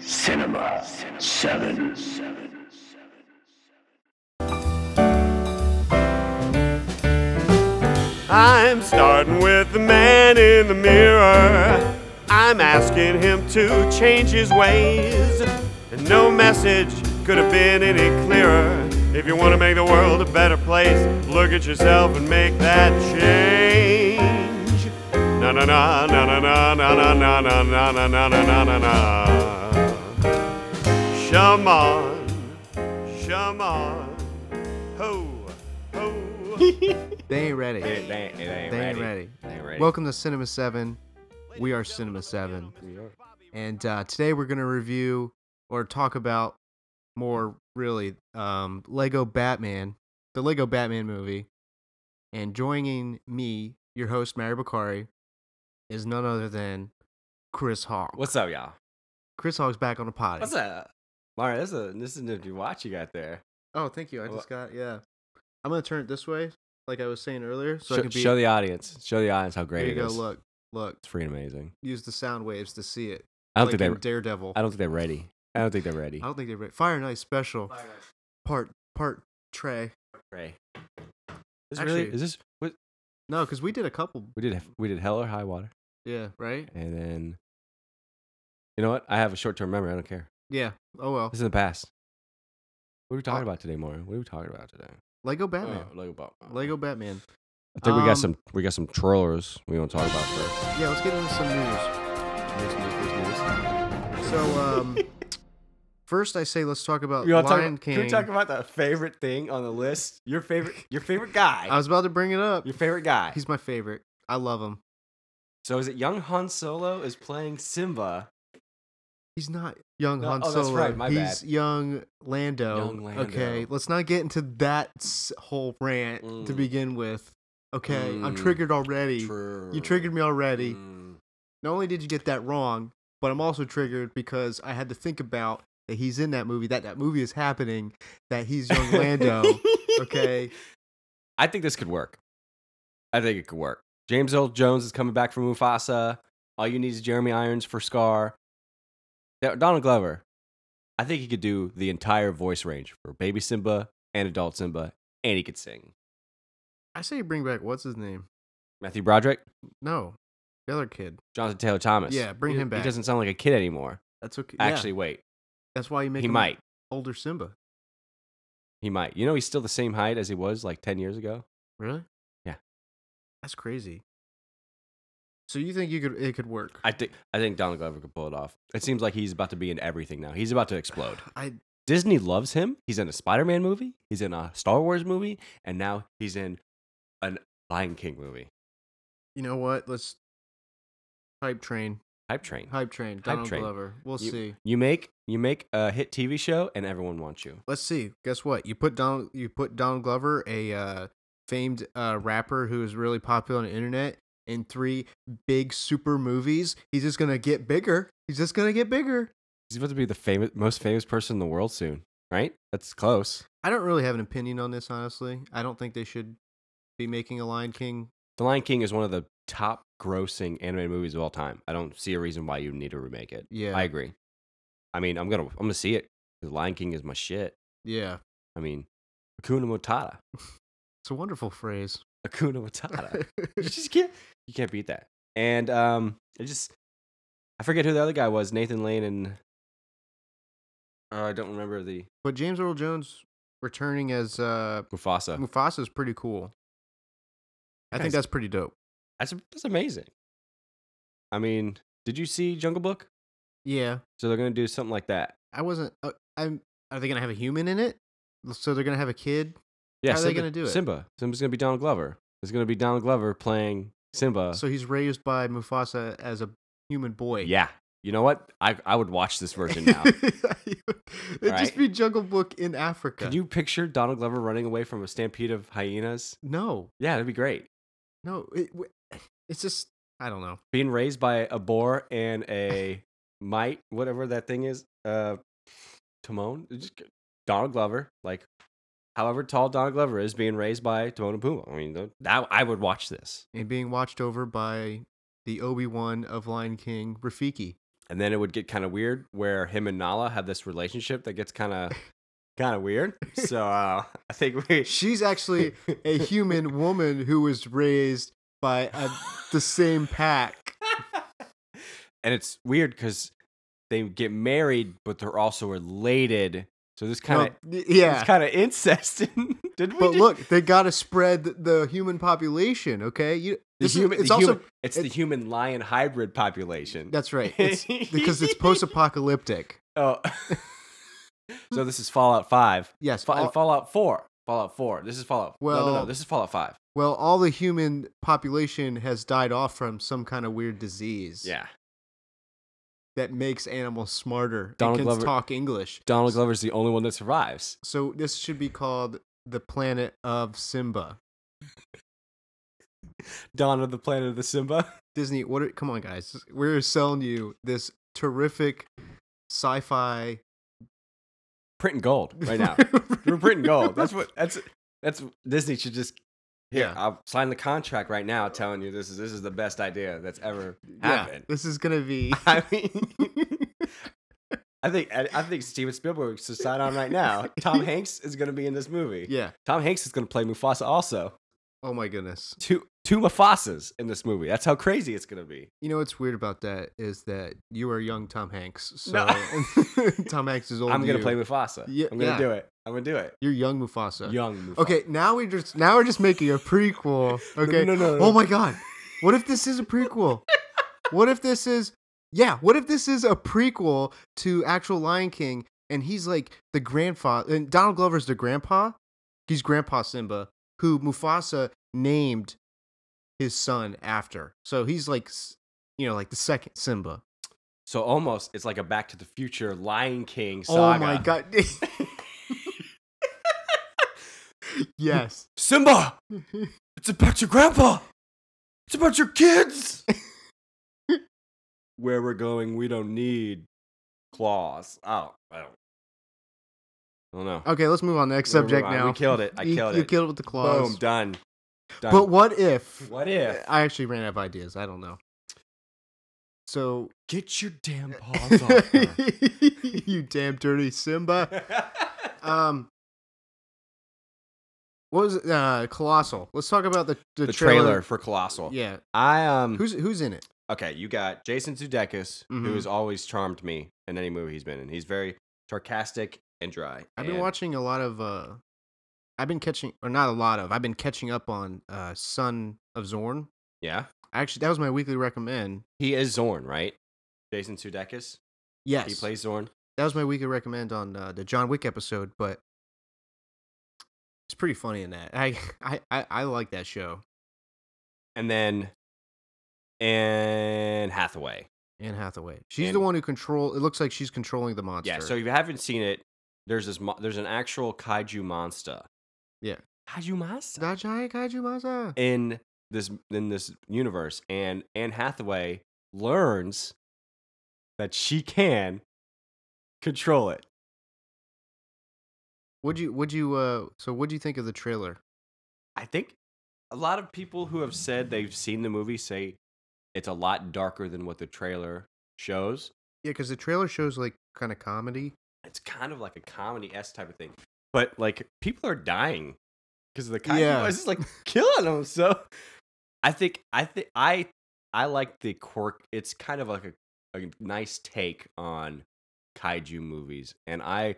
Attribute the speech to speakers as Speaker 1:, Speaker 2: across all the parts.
Speaker 1: Cinema, seven. seven.
Speaker 2: I'm starting with the man in the mirror. I'm asking him to change his ways. And no message could have been any clearer. If you want to make the world a better place, look at yourself and make that change. Na na na na na na na na na na na na na na na na. Shaman, shaman, ho, ho.
Speaker 3: They ain't ready. They,
Speaker 4: ain't, it ain't
Speaker 3: ain't ready. Welcome to Cinema 7. We are Cinema 7. And uh, today we're going to review or talk about more really um, Lego Batman, the Lego Batman movie. And joining me, your host, Mary Bakari, is none other than Chris Hawk.
Speaker 4: What's up, y'all?
Speaker 3: Chris Hawk's back on the potty.
Speaker 4: What's up? Mara, this is, a, this is a new watch you got there.
Speaker 3: Oh, thank you. I just got, yeah. I'm going to turn it this way, like I was saying earlier. So I
Speaker 4: Show-
Speaker 3: can be,
Speaker 4: show the audience. Show the audience how
Speaker 3: there
Speaker 4: great
Speaker 3: you
Speaker 4: it
Speaker 3: go.
Speaker 4: is.
Speaker 3: Look, look.
Speaker 4: It's freaking amazing.
Speaker 3: Use the sound waves to see it.
Speaker 4: I don't
Speaker 3: like
Speaker 4: think
Speaker 3: in
Speaker 4: they.
Speaker 3: Daredevil.
Speaker 4: I don't think they're ready. I don't think they're ready.
Speaker 3: I don't think they read Fire Night Special. Part part Trey.
Speaker 4: Ray. Is this really?
Speaker 3: Actually-
Speaker 4: Is this? What,
Speaker 3: No, because we did a couple.
Speaker 4: we did. We did Hell or High Water,
Speaker 3: Yeah, right.
Speaker 4: and then. You know what? I have a short-term memory. I don't care.
Speaker 3: Yeah. Oh well.
Speaker 4: This is the past. What are we talking
Speaker 3: Uh,
Speaker 4: about today, Maury? What are we talking about today?
Speaker 3: Lego Batman.
Speaker 4: Oh, Lego. Bo-
Speaker 3: Lego Batman.
Speaker 4: I think we
Speaker 3: Um,
Speaker 4: got some. We got some trailers we want to talk about first.
Speaker 3: Yeah, let's get into some news. News, news, news, news. So, um, first I say let's talk about
Speaker 4: We wanna talk
Speaker 3: Lion
Speaker 4: about-
Speaker 3: King.
Speaker 4: Can we talk about the favorite thing on the list? Your favorite, your favorite guy,
Speaker 3: I was about to bring it up.
Speaker 4: your favorite guy.
Speaker 3: He's my favorite. I love him.
Speaker 4: so is it young Han Solo is playing Simba?
Speaker 3: He's not young
Speaker 4: No,
Speaker 3: Han
Speaker 4: oh,
Speaker 3: Solo.
Speaker 4: that's right, my
Speaker 3: He's
Speaker 4: bad.
Speaker 3: young Lando.
Speaker 4: Young Lando.
Speaker 3: Okay, let's not get into that s- whole rant to
Speaker 4: Mm.
Speaker 3: begin with. Okay, I'm
Speaker 4: Mm.
Speaker 3: triggered already. You triggered me already.
Speaker 4: Mm.
Speaker 3: Not only did you get that wrong, but I'm also triggered because I had to think about that he's in that movie, that that movie is happening, that he's young Lando. okay,
Speaker 4: I think this could work. I think it could work. James Earl Jones is coming back from Mufasa. All you need is Jeremy Irons for Scar. Do- Donald Glover. I think he could do the entire voice range for baby Simba and adult Simba, and he could sing.
Speaker 3: I say you bring back what's his name?
Speaker 4: Matthew Broderick,
Speaker 3: No, the other kid.
Speaker 4: Jonathan Taylor Thomas.
Speaker 3: Yeah, bring
Speaker 4: He-
Speaker 3: him back.
Speaker 4: He doesn't sound like a kid anymore.
Speaker 3: That's okay. yeah,
Speaker 4: Actually, wait.
Speaker 3: that's why you make
Speaker 4: He
Speaker 3: him
Speaker 4: might.
Speaker 3: older Simba.
Speaker 4: He might. You know, he's still the same height as he was like 10 years ago.
Speaker 3: Really?
Speaker 4: Yeah.
Speaker 3: That's crazy. So you think you could it could work?
Speaker 4: I think I think Donald Glover could pull it off. It seems like he's about to be in everything now. He's about to explode.
Speaker 3: I
Speaker 4: Disney loves him. He's in a Spider-Man movie. He's in a Star Wars movie, and now he's in an Lion King movie.
Speaker 3: you know what? Let's hype train.
Speaker 4: Hype train.
Speaker 3: Hype train. Donald
Speaker 4: train.
Speaker 3: Glover. We'll see.
Speaker 4: You make you make a hit TV show, and everyone wants you.
Speaker 3: Let's see. Guess what? You put Donald you put Donald Glover, a uh, famed uh, rapper who is really popular on the internet, in three big super movies. He's just gonna get bigger. He's just gonna get bigger.
Speaker 4: He's about to be the famous, most famous person in the world soon, right? That's close.
Speaker 3: I don't really have an opinion on this, honestly. I don't think they should be making a Lion King
Speaker 4: The Lion King is one of the top grossing animated movies of all time. I don't see a reason why you need to remake it.
Speaker 3: Yeah.
Speaker 4: I agree. I mean, I'm gonna I'm gonna see it because Lion King is my shit.
Speaker 3: Yeah.
Speaker 4: I mean, Akuna Matata.
Speaker 3: It's a wonderful phrase.
Speaker 4: Akuna Matata. you just can't you can't beat that. And um, I just I forget who the other guy was. Nathan Lane and uh, I don't remember the
Speaker 3: But James Earl Jones returning as uh,
Speaker 4: Mufasa.
Speaker 3: Mufasa is pretty cool. I think
Speaker 4: Guys-
Speaker 3: that's pretty dope.
Speaker 4: That's that's amazing. I mean, did you see Jungle Book?
Speaker 3: Yeah,
Speaker 4: So they're gonna do something like that.
Speaker 3: I wasn't. Uh, I'm. Are they gonna have a human in it? So they're gonna have a kid.
Speaker 4: Yeah,
Speaker 3: How are they
Speaker 4: Simba,
Speaker 3: gonna do it?
Speaker 4: Simba. Simba's gonna be Donald Glover. It's gonna be Donald Glover playing Simba.
Speaker 3: so he's raised by Mufasa as a human boy.
Speaker 4: yeah. You know what? I I would watch this version now.
Speaker 3: It'd just
Speaker 4: Alright.
Speaker 3: be Jungle Book in Africa.
Speaker 4: Could you picture Donald Glover running away from a stampede of hyenas?
Speaker 3: No,
Speaker 4: Yeah, that'd be great.
Speaker 3: no. It, w- it's just. I don't know.
Speaker 4: being raised by a boar and a mite, whatever that thing is, uh, Timon, just g- Donald Glover, like however tall Donald Glover is, being raised by Timon and Pumbaa. I mean, th- that I would watch this.
Speaker 3: And being watched over by the Obi Wan of Lion King, Rafiki.
Speaker 4: and then it would get kind of weird where him and Nala have this relationship that gets kind of kind of weird. So uh, I think we
Speaker 3: She's actually a human woman who was raised by a, the same pack.
Speaker 4: and it's weird because they get married, but they're also related. So this kind of
Speaker 3: Well,
Speaker 4: it's
Speaker 3: yeah.
Speaker 4: kind of incest. Did we?
Speaker 3: But
Speaker 4: just-
Speaker 3: look, they got to spread the, the human population, okay? You
Speaker 4: the
Speaker 3: this is-
Speaker 4: human,
Speaker 3: it's
Speaker 4: the
Speaker 3: also
Speaker 4: human, it's the
Speaker 3: it-
Speaker 4: human lion hybrid population.
Speaker 3: that's right. It's because it's post-apocalyptic.
Speaker 4: oh. so this is Fallout Five,
Speaker 3: Yes.
Speaker 4: Fa- and
Speaker 3: all-
Speaker 4: Fallout Four, Fallout Four. This is Fallout. no, no, no,
Speaker 3: Well-
Speaker 4: this is Fallout Five.
Speaker 3: well, all the human population has died off from some kind of weird disease
Speaker 4: Yeah,
Speaker 3: that makes animals smarter
Speaker 4: Donald
Speaker 3: and can
Speaker 4: Glover-
Speaker 3: talk English.
Speaker 4: Donald Glover's the only one that survives.
Speaker 3: So this should be called the planet of Simba.
Speaker 4: Dawn of the Planet of the Simba.
Speaker 3: Disney, what? Are, come on, guys, we're selling you this terrific sci-fi
Speaker 4: Printing gold right now. We're printing gold. That's what. That's that's Disney should just. Yeah,
Speaker 3: Yeah.
Speaker 4: I'll sign the contract right now, telling you this is this is the best idea that's ever
Speaker 3: yeah,
Speaker 4: happened.
Speaker 3: this is gonna be.
Speaker 4: I mean, I think I, I think Steven Spielberg should sign on right now. Tom Hanks is going to be in this movie.
Speaker 3: Yeah.
Speaker 4: Tom Hanks is going to play Mufasa also.
Speaker 3: Oh my goodness.
Speaker 4: Two two Mufasas in this movie. That's how crazy it's going to be.
Speaker 3: You know what's weird about that is that you are young Tom Hanks. So
Speaker 4: No.
Speaker 3: Tom Hanks is old.
Speaker 4: I'm going to
Speaker 3: you.
Speaker 4: play Mufasa.
Speaker 3: Yeah,
Speaker 4: I'm going to
Speaker 3: yeah.
Speaker 4: do it. I'm going to do it.
Speaker 3: You're young Mufasa.
Speaker 4: Young Mufasa.
Speaker 3: Okay, now we just now we're just making a prequel.
Speaker 4: No,
Speaker 3: Okay.
Speaker 4: No, no, no.
Speaker 3: Oh my god. What if this is a prequel? What if this is Yeah, what if this is a prequel to actual Lion King and he's like the grandfather and Donald Glover's the grandpa? He's grandpa Simba who Mufasa named his son after. So he's like s- you know, like the second Simba.
Speaker 4: So almost it's like a Back to the Future Lion King
Speaker 3: Oh
Speaker 4: saga.
Speaker 3: my god. yes.
Speaker 4: Simba! It's about your grandpa! It's about your kids! Where we're going, we don't need claws. Oh, I don't. I don't know.
Speaker 3: Okay, let's move on. Next
Speaker 4: We're- we're
Speaker 3: subject
Speaker 4: on.
Speaker 3: now.
Speaker 4: We killed it. I
Speaker 3: you,
Speaker 4: killed
Speaker 3: you
Speaker 4: it.
Speaker 3: killed it with the claws.
Speaker 4: Boom, done. Done.
Speaker 3: But what if?
Speaker 4: what if?
Speaker 3: I actually ran out of ideas. I don't know. So
Speaker 4: Get your damn paws off her.
Speaker 3: you damn dirty Simba. Um, what was it? Uh, Colossal? Let's talk about the the,
Speaker 4: the trailer for Colossal.
Speaker 3: Yeah,
Speaker 4: I um
Speaker 3: who's who's in it?
Speaker 4: Okay, you got Jason Sudeikis, who
Speaker 3: Mhm.
Speaker 4: has always charmed me in any movie he's been in. He's very sarcastic and dry.
Speaker 3: I've been
Speaker 4: and-
Speaker 3: watching a lot of. uh I've been catching, or not a lot of. I've been catching up on uh Son of Zorn.
Speaker 4: Yeah,
Speaker 3: Actually, that was my weekly recommend.
Speaker 4: he is Zorn, right? Jason Sudeikis.
Speaker 3: Yes,
Speaker 4: He plays Zorn.
Speaker 3: that was my weekly recommend on uh, the John Wick episode, but it's pretty funny in that. I I I, I like that show.
Speaker 4: And then Anne Hathaway.
Speaker 3: Anne Hathaway. She's the
Speaker 4: And-
Speaker 3: one who control. It looks like she's controlling the monster.
Speaker 4: Yeah. So if you haven't seen it, there's this. Mo- there's an actual kaiju monster.
Speaker 3: Yeah.
Speaker 4: Kaiju monster.
Speaker 3: that giant kaiju monster.
Speaker 4: in this in this universe, and Anne Hathaway learns that she can control it.
Speaker 3: Would you? Would you? Uh. So what do you think of the trailer?
Speaker 4: I think a lot of people who have said they've seen the movie say it's a lot darker than what the trailer shows.
Speaker 3: Yeah, because the trailer shows like kind of comedy.
Speaker 4: It's kind of like a comedy s type of thing, but like people are dying because the kaiju
Speaker 3: Yeah.
Speaker 4: is like killing them. So I think I think I I like the quirk. It's kind of like a, a nice take on kaiju movies, and I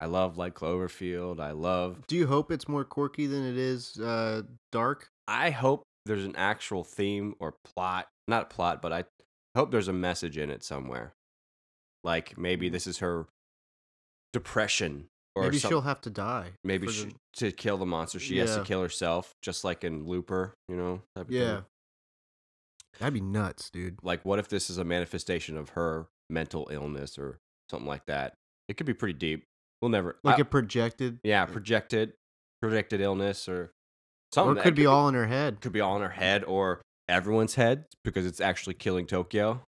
Speaker 4: I love like Cloverfield. I love
Speaker 3: Do you hope it's more quirky than it is uh dark?
Speaker 4: I hope there's an actual theme or plot, not plot, but I hope there's a message in it somewhere. Like maybe this is her depression or
Speaker 3: Mm. Maybe
Speaker 4: some-
Speaker 3: she'll have to die.
Speaker 4: maybe
Speaker 3: for
Speaker 4: she,
Speaker 3: the-
Speaker 4: to kill the monster she has to
Speaker 3: Yeah.
Speaker 4: kill herself, just like in Looper, you know? type of thing.
Speaker 3: Yeah. That'd be nuts, dude.
Speaker 4: Like what if this is a manifestation of her mental illness or something like that? It could be pretty deep. We'll never
Speaker 3: Like
Speaker 4: I-
Speaker 3: a projected.
Speaker 4: yeah, projected projected illness or
Speaker 3: Or
Speaker 4: something.
Speaker 3: it
Speaker 4: that
Speaker 3: could be all in her head.
Speaker 4: could be all in her head or everyone's head because it's actually killing Tokyo.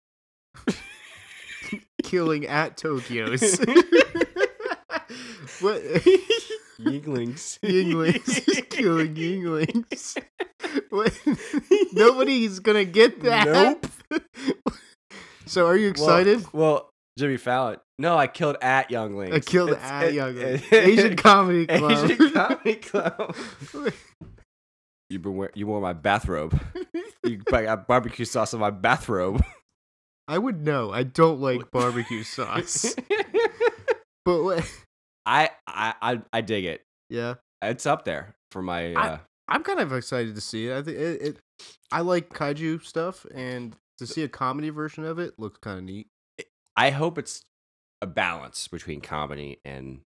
Speaker 3: Killing at Tokyo's. what?
Speaker 4: Yinglings.
Speaker 3: Yinglings. Killing Yinglings. What? Nobody's gonna get that. Nope. So are you excited?
Speaker 4: Well, well, Jimmy Fallon. No, I killed at Youngling.
Speaker 3: I killed at Young Asian Comedy Club.
Speaker 4: Asian Comedy Club. You've been wear- you wore my bathrobe. You I got uh, barbecue sauce on my bathrobe.
Speaker 3: I would know. I don't like barbecue sauce. But what?
Speaker 4: I, I I I dig it.
Speaker 3: Yeah,
Speaker 4: It's up there for my.
Speaker 3: I-
Speaker 4: Uh,
Speaker 3: I'm kind of excited to see it. I think it, it. I like kaiju stuff, and to see a comedy version of it looks kind of neat.
Speaker 4: I hope it's a balance between comedy and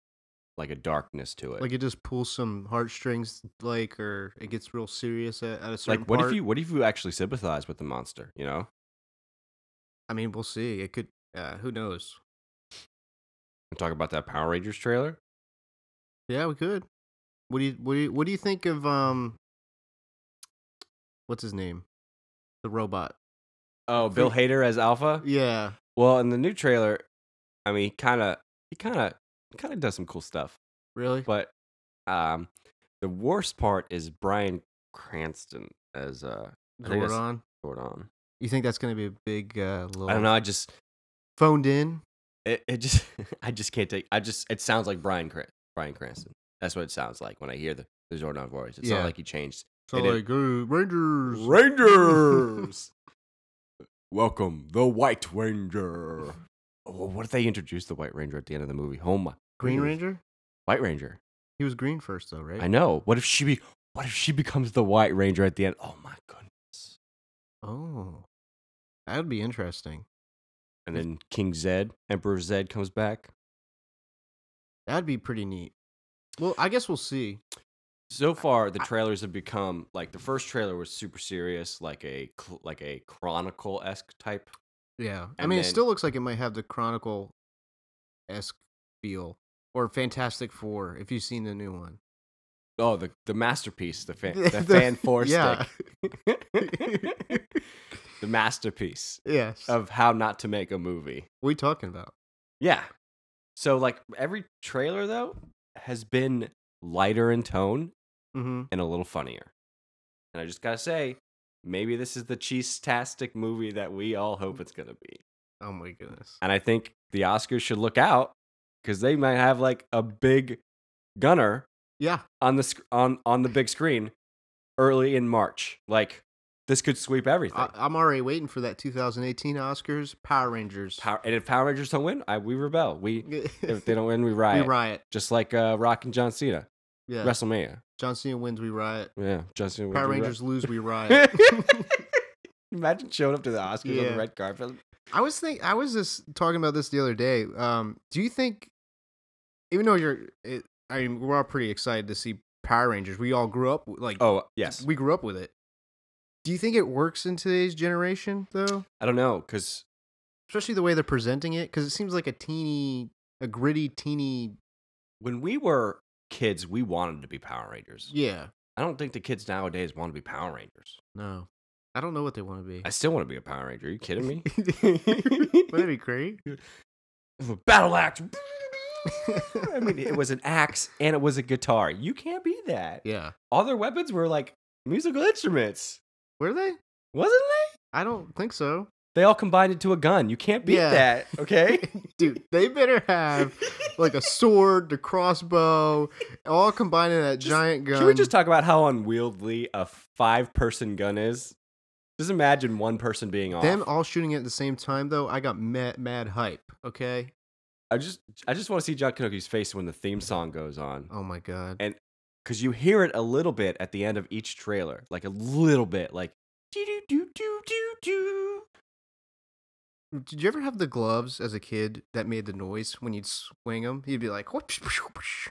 Speaker 4: like a darkness to it.
Speaker 3: Like it just pulls some heartstrings, like, or it gets real serious at, at a certain
Speaker 4: like what
Speaker 3: part.
Speaker 4: if you what if you actually sympathize with the monster? You know,
Speaker 3: I mean, we'll see. It could. Uh, who knows?
Speaker 4: and talk about that Power Rangers trailer.
Speaker 3: Yeah, we could. What do you what do you what do you think of um what's his name? The robot.
Speaker 4: Oh, Bill Hader as Alpha.
Speaker 3: Yeah.
Speaker 4: Well, in the new trailer, I mean, kind of, he kind of, kind of does some cool stuff.
Speaker 3: Really?
Speaker 4: But um, the worst part is Brian Cranston as uh I think it's-
Speaker 3: Zordon.
Speaker 4: Zordon.
Speaker 3: You think that's gonna be a big uh little
Speaker 4: I don't know. I just,
Speaker 3: phoned in?
Speaker 4: it, it just, I just can't take. I just, it sounds like Brian Cran- Brian Cranston. That's what it sounds like when I hear the, the Zordon voice. It's
Speaker 3: Yeah.
Speaker 4: not like he changed.
Speaker 3: So
Speaker 4: They did.
Speaker 3: like "Hey, Rangers.
Speaker 4: Rangers. Welcome, the White Ranger. Oh, what if they introduced the White Ranger at the end of the movie? Oh my
Speaker 3: Green
Speaker 4: goodness.
Speaker 3: Ranger?
Speaker 4: White Ranger.
Speaker 3: He was green first though, right?
Speaker 4: I know. What if she be? What if she becomes the White Ranger at the end? Oh my goodness!
Speaker 3: Oh. That'd be interesting.
Speaker 4: And then King Zed, Emperor Zed comes back.
Speaker 3: That'd be pretty neat. Well, I guess we'll see.
Speaker 4: So far, the trailers have become like the first trailer was super serious, like a cl- like a chronicle esque type.
Speaker 3: Yeah. I
Speaker 4: And
Speaker 3: mean, it
Speaker 4: then-
Speaker 3: still looks like it might have the Chronicle esque feel. Or Fantastic Four, if you've seen the new one.
Speaker 4: Oh, the the masterpiece, the fan, the, fan four
Speaker 3: yeah,
Speaker 4: stick, the masterpiece
Speaker 3: Yes.
Speaker 4: of how not to make a movie.
Speaker 3: what are you talking about?
Speaker 4: Yeah. So like every trailer though has been lighter in tone
Speaker 3: Mm-hmm.
Speaker 4: and a little funnier. And I just gotta say, maybe this is the cheese-tastic movie that we all hope it's gonna be.
Speaker 3: Oh my goodness.
Speaker 4: And I think the Oscars should look out because they might have like a big gunner
Speaker 3: Yeah.
Speaker 4: on the sc- on on the big screen early in March. Like this could sweep everything.
Speaker 3: I, I'm already waiting for that 2018 Oscars Power Rangers.
Speaker 4: Power, and if Power Rangers don't win, I, we rebel. We if they don't win, we
Speaker 3: we
Speaker 4: riot.
Speaker 3: riot.
Speaker 4: Just like uh, Rock and John Cena,
Speaker 3: Yeah.
Speaker 4: WrestleMania.
Speaker 3: John Cena wins, we riot.
Speaker 4: Yeah, John Cena. would
Speaker 3: Power
Speaker 4: do ri-
Speaker 3: Rangers lose, we riot.
Speaker 4: Imagine showing up to the Oscars on
Speaker 3: Yeah.
Speaker 4: the red carpet.
Speaker 3: I was think I was just talking about this the other day. Um, do you think, even though you're, it, I mean, we're all pretty excited to see Power Rangers. We all grew up like
Speaker 4: Oh yes,
Speaker 3: we grew up with it. Do you think it works in today's generation though?
Speaker 4: I don't know because
Speaker 3: Especially the way they're presenting it, because it seems like a teeny, a gritty, teeny.
Speaker 4: when we were kids, we wanted to be Power Rangers.
Speaker 3: Yeah.
Speaker 4: I don't think the kids nowadays want to be Power Rangers.
Speaker 3: No, I don't know what they want to be.
Speaker 4: I still want to be a Power Ranger. Are you kidding me?
Speaker 3: Wouldn't it be great?
Speaker 4: Battle axe. I mean, it was an axe and it was a guitar. You can't be that.
Speaker 3: Yeah.
Speaker 4: All their weapons were like musical instruments,
Speaker 3: Were they?
Speaker 4: wasn't they?
Speaker 3: I don't think so,
Speaker 4: They all combined into a gun. You can't beat
Speaker 3: Yeah.
Speaker 4: that, okay?
Speaker 3: dude. They better have like a sword, the crossbow, all combined in that
Speaker 4: Just-
Speaker 3: giant gun.
Speaker 4: Can we just talk about how unwieldy a five-person gun is? Just imagine one person being off.
Speaker 3: them all shooting it at the same time? Though I got mad, mad hype. Okay.
Speaker 4: I just I just want to see John Kanoki's face when the theme song goes on.
Speaker 3: Oh my god.
Speaker 4: Cause you hear it a little bit at the end of each trailer. Like a little bit, like do do do do do do. Eh.
Speaker 3: Did you ever have the gloves as a kid that made the noise when you'd swing them? You'd be like, "Whoosh, whoosh, whoosh."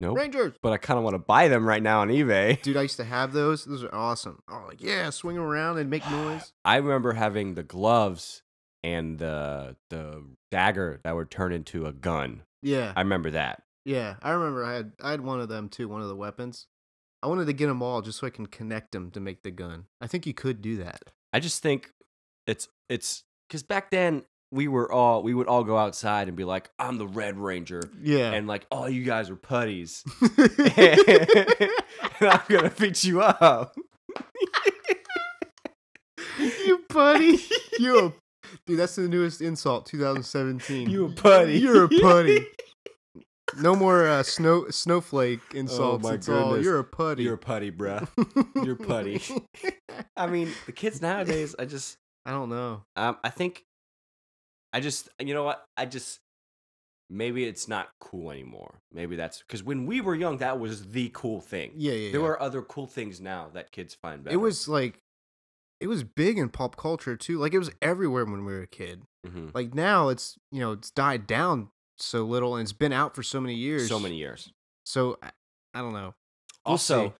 Speaker 4: Nope.
Speaker 3: Rangers.
Speaker 4: But I kinda wanna buy them right now on eBay.
Speaker 3: Dude, I used to have those. Those are awesome. Oh yeah, swing 'em around and make noise.
Speaker 4: I remember having the gloves and the the dagger that would turn into a gun.
Speaker 3: Yeah,
Speaker 4: I remember that.
Speaker 3: yeah. I remember I had I had one of them too. One of the weapons. I wanted to get them all just so I can connect them to make the gun. I think you could do that.
Speaker 4: I just think it's it's because back then we were all we would all go outside and be like, I'm the Red Ranger.
Speaker 3: Yeah.
Speaker 4: And like, oh, you guys are putties. and I'm gonna beat you up.
Speaker 3: you buddy, you a Dude, that's the newest insult, 2017.
Speaker 4: a putty.
Speaker 3: You're a putty. no more uh, snow snowflake insults.
Speaker 4: Oh my
Speaker 3: it's all
Speaker 4: goodness.
Speaker 3: you're a putty.
Speaker 4: You're a putty, bruh. you're a putty. I mean, the kids nowadays, I just,
Speaker 3: I don't know.
Speaker 4: um, I think, I just, you know what? I just, maybe it's not cool anymore. Maybe that's because when we were young, that was the cool thing.
Speaker 3: Yeah, yeah.
Speaker 4: There
Speaker 3: yeah.
Speaker 4: are other cool things now that kids find better.
Speaker 3: It was like, it was big in pop culture too. Like it was everywhere when we were a kid.
Speaker 4: Mhm.
Speaker 3: Like now, it's you know it's died down so little, and it's been out for so many years.
Speaker 4: so many years.
Speaker 3: So I, I don't know. We'll
Speaker 4: Also,
Speaker 3: see.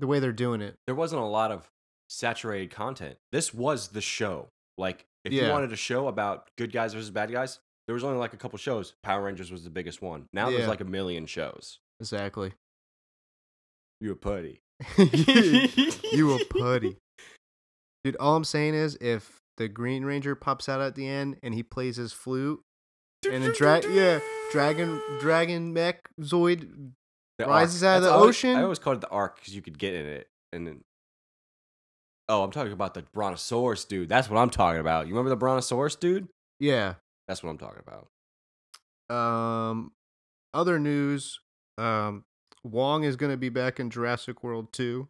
Speaker 3: the way they're doing it.
Speaker 4: there wasn't a lot of saturated content. This was the show. Like, if you
Speaker 3: Yeah.
Speaker 4: wanted a show about good guys versus bad guys, there was only like a couple shows. Power Rangers was the biggest one. Now
Speaker 3: Yeah.
Speaker 4: there's like a million shows.
Speaker 3: Exactly.
Speaker 4: You a putty.
Speaker 3: you a putty. Dude, all I'm saying is if the Green Ranger pops out at the end and he plays his flute and a drag yeah, dragon dragon mech zoid
Speaker 4: The
Speaker 3: rises
Speaker 4: Ark.
Speaker 3: out of
Speaker 4: That's-
Speaker 3: the
Speaker 4: I always-
Speaker 3: ocean.
Speaker 4: I always called it the arc because you could get in it. And then. Oh, I'm talking about the Brontosaurus dude. That's what I'm talking about. You remember the Brontosaurus dude?
Speaker 3: yeah.
Speaker 4: That's what I'm talking about.
Speaker 3: Um other news, um Wong is gonna be back in Jurassic World 2.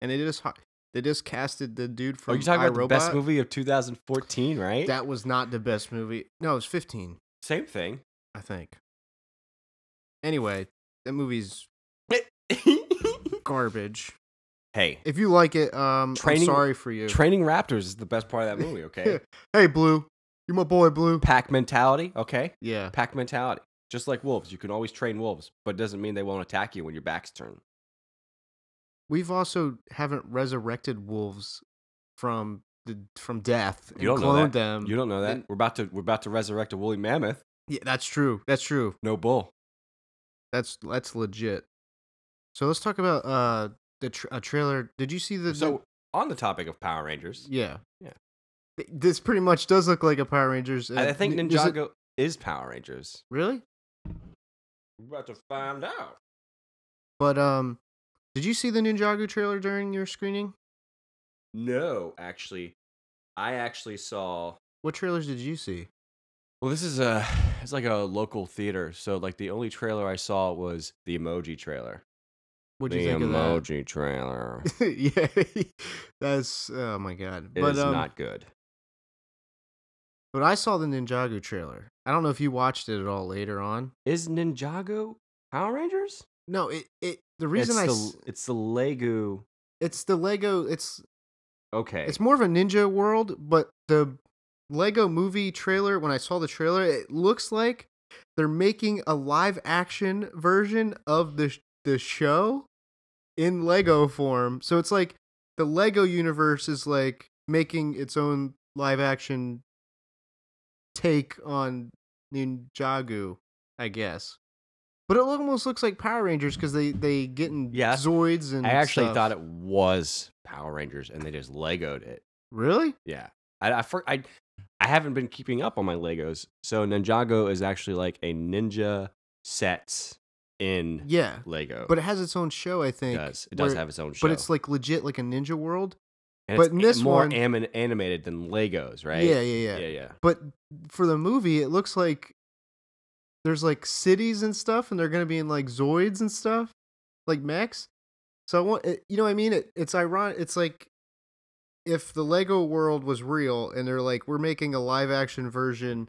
Speaker 3: And it is hot they just casted the dude from
Speaker 4: Are Oh, you talking about the best
Speaker 3: iRobot.
Speaker 4: movie of 2014, right?
Speaker 3: That was not the best movie. No, it was 15,
Speaker 4: Same thing.
Speaker 3: I think. Anyway, that movie's garbage.
Speaker 4: hey,
Speaker 3: If you like it, um, I'm
Speaker 4: Training-
Speaker 3: sorry for you.
Speaker 4: Training Raptors is the best part of that movie, okay?
Speaker 3: hey, Blue, you my boy, Blue.
Speaker 4: Pack mentality, okay?
Speaker 3: Yeah,
Speaker 4: Pack mentality. Just like wolves, you can always train wolves, but it doesn't mean they won't attack you when your back's turned.
Speaker 3: we've also haven't resurrected wolves from the from death and
Speaker 4: You don't know
Speaker 3: cloned
Speaker 4: that.
Speaker 3: them.
Speaker 4: You don't know that.
Speaker 3: and-
Speaker 4: We're about to we're about to resurrect a woolly mammoth.
Speaker 3: yeah, that's true. That's true.
Speaker 4: No bull.
Speaker 3: That's that's legit. So let's talk about uh the tr a trailer. Did you see the
Speaker 4: So on the topic of Power Rangers,
Speaker 3: yeah
Speaker 4: Yeah.
Speaker 3: Th- This pretty much does look like a Power Rangers. uh,
Speaker 4: I I think
Speaker 3: n- is it-
Speaker 4: Ninjago is Power Rangers.
Speaker 3: really,
Speaker 4: We're about to find out.
Speaker 3: but um, did you see the Ninjago trailer during your screening?
Speaker 4: No, actually, I actually saw.
Speaker 3: What trailers did you see?
Speaker 4: Well, this is a it's like a local theater, so like the only trailer I saw was the Emoji trailer.
Speaker 3: What
Speaker 4: the
Speaker 3: do you think of that?
Speaker 4: Emoji trailer.
Speaker 3: yeah, that's oh my god.
Speaker 4: It is
Speaker 3: but um,
Speaker 4: not good.
Speaker 3: but I saw the Ninjago trailer. I don't know if you watched it at all later on.
Speaker 4: Is Ninjago Power Rangers?
Speaker 3: No, it it the reason
Speaker 4: it's
Speaker 3: I
Speaker 4: the,
Speaker 3: s-
Speaker 4: it's the Lego.
Speaker 3: it's the Lego. It's
Speaker 4: Okay,
Speaker 3: it's more of a ninja world, but the Lego Movie trailer. When I saw the trailer, it looks like they're making a live action version of the sh- the show in Lego form. So it's like the Lego universe is like making its own live action take on Ninjago, I guess. But it almost looks like Power Rangers because they they get in
Speaker 4: Yeah.
Speaker 3: Zoids and
Speaker 4: I actually
Speaker 3: stuff.
Speaker 4: thought it was Power Rangers, and they just Legoed it.
Speaker 3: really
Speaker 4: Yeah, I I, for, I I haven't been keeping up on my Legos, so Ninjago is actually like a ninja set in
Speaker 3: yeah.
Speaker 4: Lego.
Speaker 3: But it has its own show, I
Speaker 4: it
Speaker 3: think.
Speaker 4: does it does
Speaker 3: where-
Speaker 4: have its own show,
Speaker 3: But it's like legit, like a Ninja World.
Speaker 4: And
Speaker 3: but
Speaker 4: it's
Speaker 3: in
Speaker 4: a-
Speaker 3: this
Speaker 4: more
Speaker 3: one-
Speaker 4: anim- animated than Legos, right?
Speaker 3: Yeah, yeah, yeah,
Speaker 4: yeah, yeah.
Speaker 3: But for the movie, it looks like there's like cities and stuff, and they're gonna be in like Zoids and stuff, like mechs. So I want, it, you know, what I mean, it, it's ironic. It's like if the Lego World was real, and they're like, we're making a live action version,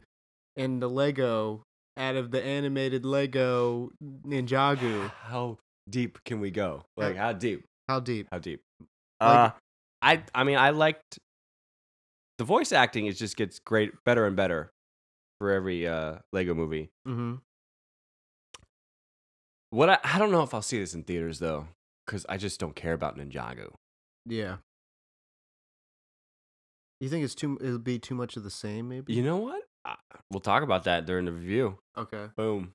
Speaker 3: and the Lego out of the animated Lego Ninjago.
Speaker 4: How deep can we go? Like how deep?
Speaker 3: How deep?
Speaker 4: How deep?
Speaker 3: Like-
Speaker 4: uh, I I mean I liked the voice acting. It just gets great, better and better for every uh, Lego movie.
Speaker 3: Mm-hmm.
Speaker 4: What I, I don't know if I'll see this in theaters though, because I just don't care about Ninjago.
Speaker 3: Yeah. You think it's too? It'll be too much of the same, maybe.
Speaker 4: You know what? I, we'll talk about that during the review.
Speaker 3: Okay.
Speaker 4: Boom.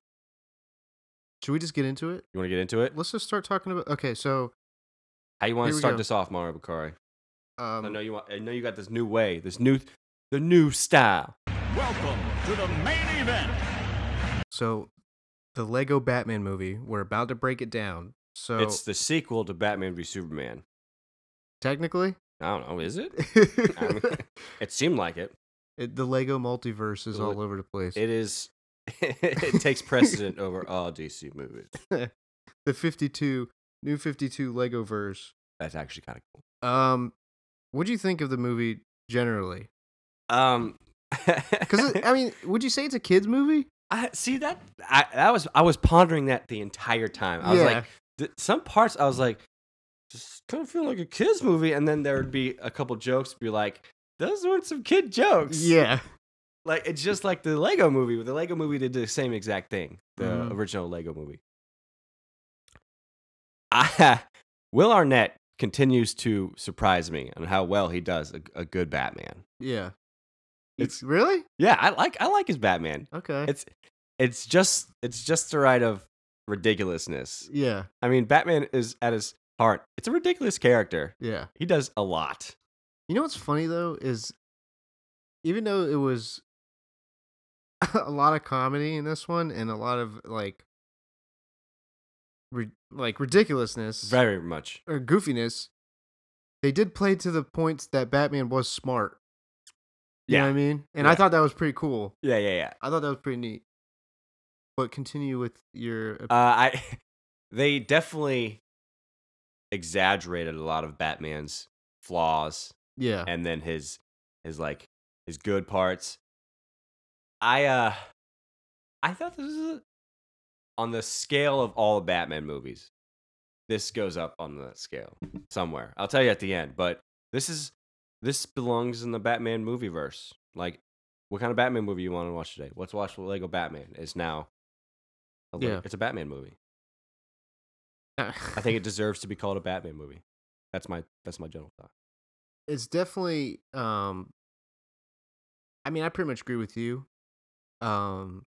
Speaker 3: Should we just get into it?
Speaker 4: You want to get into it?
Speaker 3: Let's just start talking about. Okay, so
Speaker 4: How you want
Speaker 3: here
Speaker 4: to
Speaker 3: we
Speaker 4: start
Speaker 3: go.
Speaker 4: this off, Mario Bakari? I know
Speaker 3: um,
Speaker 4: Oh, you want. I know you got this new way, this new, the new style.
Speaker 1: Welcome to the main event.
Speaker 3: so the Lego Batman movie. We're about to break it down. So
Speaker 4: It's the sequel to Batman v Superman.
Speaker 3: technically,
Speaker 4: I don't know. Is it?
Speaker 3: it
Speaker 4: It seemed like it.
Speaker 3: It, the Lego multiverse is
Speaker 4: Well,
Speaker 3: all over the place.
Speaker 4: It is. it takes precedent over all DC movies.
Speaker 3: the 52 new 52 Lego verse.
Speaker 4: That's actually kind of cool.
Speaker 3: Um, what do you think of the movie generally?
Speaker 4: Um,
Speaker 3: Because I mean, would you say it's a kids movie?
Speaker 4: I see that I that was I was pondering that the entire time. I was like, th- some parts I was like, just kind of feel like a kids movie, and then there would be a couple jokes, be like, those weren't some kid jokes.
Speaker 3: yeah,
Speaker 4: like it's just like the Lego movie. The Lego movie did the same exact thing. The
Speaker 3: Mhm.
Speaker 4: original Lego movie. I, Will Arnett continues to surprise me on how well he does a, a good Batman.
Speaker 3: yeah.
Speaker 4: It's-
Speaker 3: It's really
Speaker 4: Yeah, I like I like his Batman.
Speaker 3: okay.
Speaker 4: It's it's just it's just the right of ridiculousness.
Speaker 3: yeah,
Speaker 4: I mean, Batman is at his heart. It's a ridiculous character.
Speaker 3: yeah.
Speaker 4: He does a lot.
Speaker 3: You know what's funny though is, even though it was a lot of comedy in this one and a lot of like, ri- like ridiculousness
Speaker 4: Very much.
Speaker 3: or goofiness, they did play to the points that Batman was smart. You know
Speaker 4: Yeah.
Speaker 3: what I mean? And I
Speaker 4: Yeah.
Speaker 3: thought that was pretty cool.
Speaker 4: Yeah, yeah, yeah.
Speaker 3: I thought that was pretty neat. But continue with your. op-
Speaker 4: Uh, I they definitely exaggerated a lot of Batman's flaws
Speaker 3: yeah.
Speaker 4: and then his his like his good parts. I uh I thought this was a- on the scale of all Batman movies. This goes up on the scale somewhere. I'll tell you at the end, but this is this belongs in the Batman movie verse. Like what kind of Batman movie you want to watch today? Let's watch Lego Batman. It's now a Le-
Speaker 3: Yeah.
Speaker 4: it's a Batman movie. I think it deserves to be called a Batman movie. That's my that's my general thought.
Speaker 3: it's definitely um i mean i pretty much agree with you um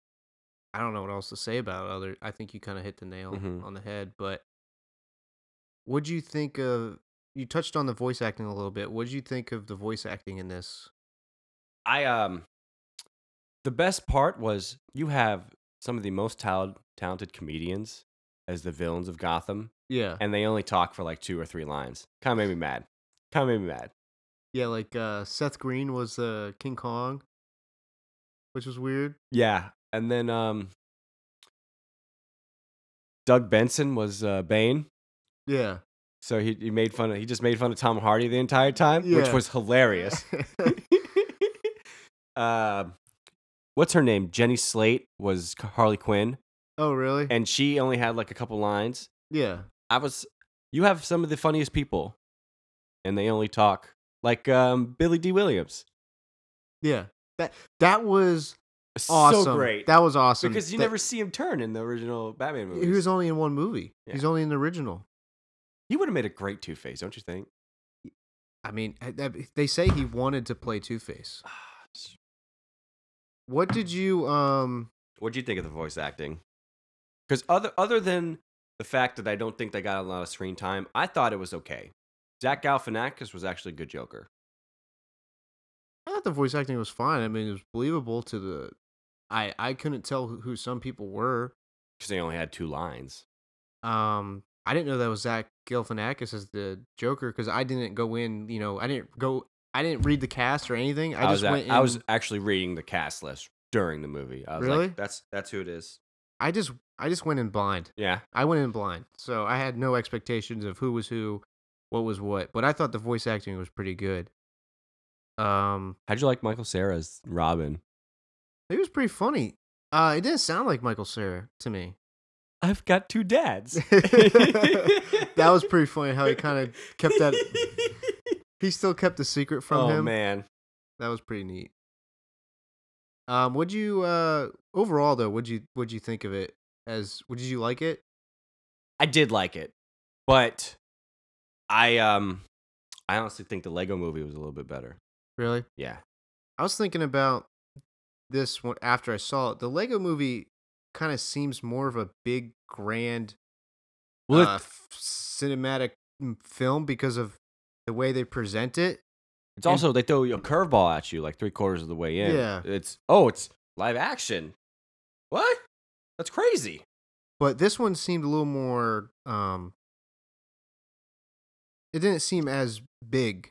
Speaker 3: i don't know what else to say about it other i think you kind of hit the nail
Speaker 4: Mhm.
Speaker 3: on the head but what'd you think of you touched on the voice acting a little bit what'd you think of the voice acting in this
Speaker 4: I um the best part was you have some of the most tal- talented comedians as the villains of Gotham
Speaker 3: yeah
Speaker 4: and they only talk for like two or three lines. Kind of made me mad. Kind of made me mad.
Speaker 3: yeah like uh seth green was uh king kong which was weird
Speaker 4: Yeah. And then um Doug Benson was uh, Bane.
Speaker 3: yeah
Speaker 4: So he, he made fun of he just made fun of Tom Hardy the entire time, which
Speaker 3: Yeah.
Speaker 4: was hilarious. uh, what's her name? Jenny Slate was Harley Quinn,
Speaker 3: oh really
Speaker 4: and she only had like a couple lines.
Speaker 3: yeah
Speaker 4: I was, you have some of the funniest people, and they only talk like um, Billy D. Williams.
Speaker 3: yeah that that was awesome
Speaker 4: So great
Speaker 3: that was awesome
Speaker 4: because you
Speaker 3: That-
Speaker 4: never see him turn in the original Batman movies.
Speaker 3: He was only in one movie. He's
Speaker 4: Yeah.
Speaker 3: only in the original.
Speaker 4: he would have made a great Two Face, don't you think?
Speaker 3: I mean, I- that- they say he wanted to play Two Face.
Speaker 4: Ah,
Speaker 3: What did you um?
Speaker 4: What do you think of the voice acting? Because other other than the fact that I don't think they got a lot of screen time, I thought it was okay. Zach Galifianakis was actually a good Joker.
Speaker 3: I thought the voice acting was fine. I mean, it was believable to the. I I couldn't tell who- who some people were.
Speaker 4: because they only had two lines.
Speaker 3: Um, I didn't know that was Zach Galifianakis as the Joker because I didn't go in. You know, I didn't go. I didn't read the cast or anything. I,
Speaker 4: I,
Speaker 3: just
Speaker 4: was, a-
Speaker 3: went. In,
Speaker 4: I was actually reading the cast list during the movie. I was
Speaker 3: Really?
Speaker 4: like, that's that's who it is.
Speaker 3: I just. I just went in blind.
Speaker 4: Yeah.
Speaker 3: I went in blind, so I had no expectations of who was who, what was what. But I thought the voice acting was pretty good. Um,
Speaker 4: How'd you like Michael Sarah's Robin?
Speaker 3: it was pretty funny. Uh, it didn't sound like Michael Cera to me.
Speaker 4: I've got two dads.
Speaker 3: That was pretty funny how he kind of kept that. He still kept the secret from
Speaker 4: oh
Speaker 3: him.
Speaker 4: man.
Speaker 3: That was pretty neat. Um, would you uh overall though? Would you would you think of it as? Would you like it?
Speaker 4: I did like it. But I um I honestly think the Lego movie was a little bit better.
Speaker 3: Really?
Speaker 4: Yeah.
Speaker 3: I was thinking about this one after I saw it. The Lego movie kind of seems more of a big, grand
Speaker 4: Well,
Speaker 3: uh, f- cinematic m- film because of the way they present it.
Speaker 4: It's also they throw a curveball at you like three quarters of the way in.
Speaker 3: Yeah.
Speaker 4: It's oh, it's live action. What? That's crazy.
Speaker 3: But this one seemed a little more. Um, it didn't seem as big.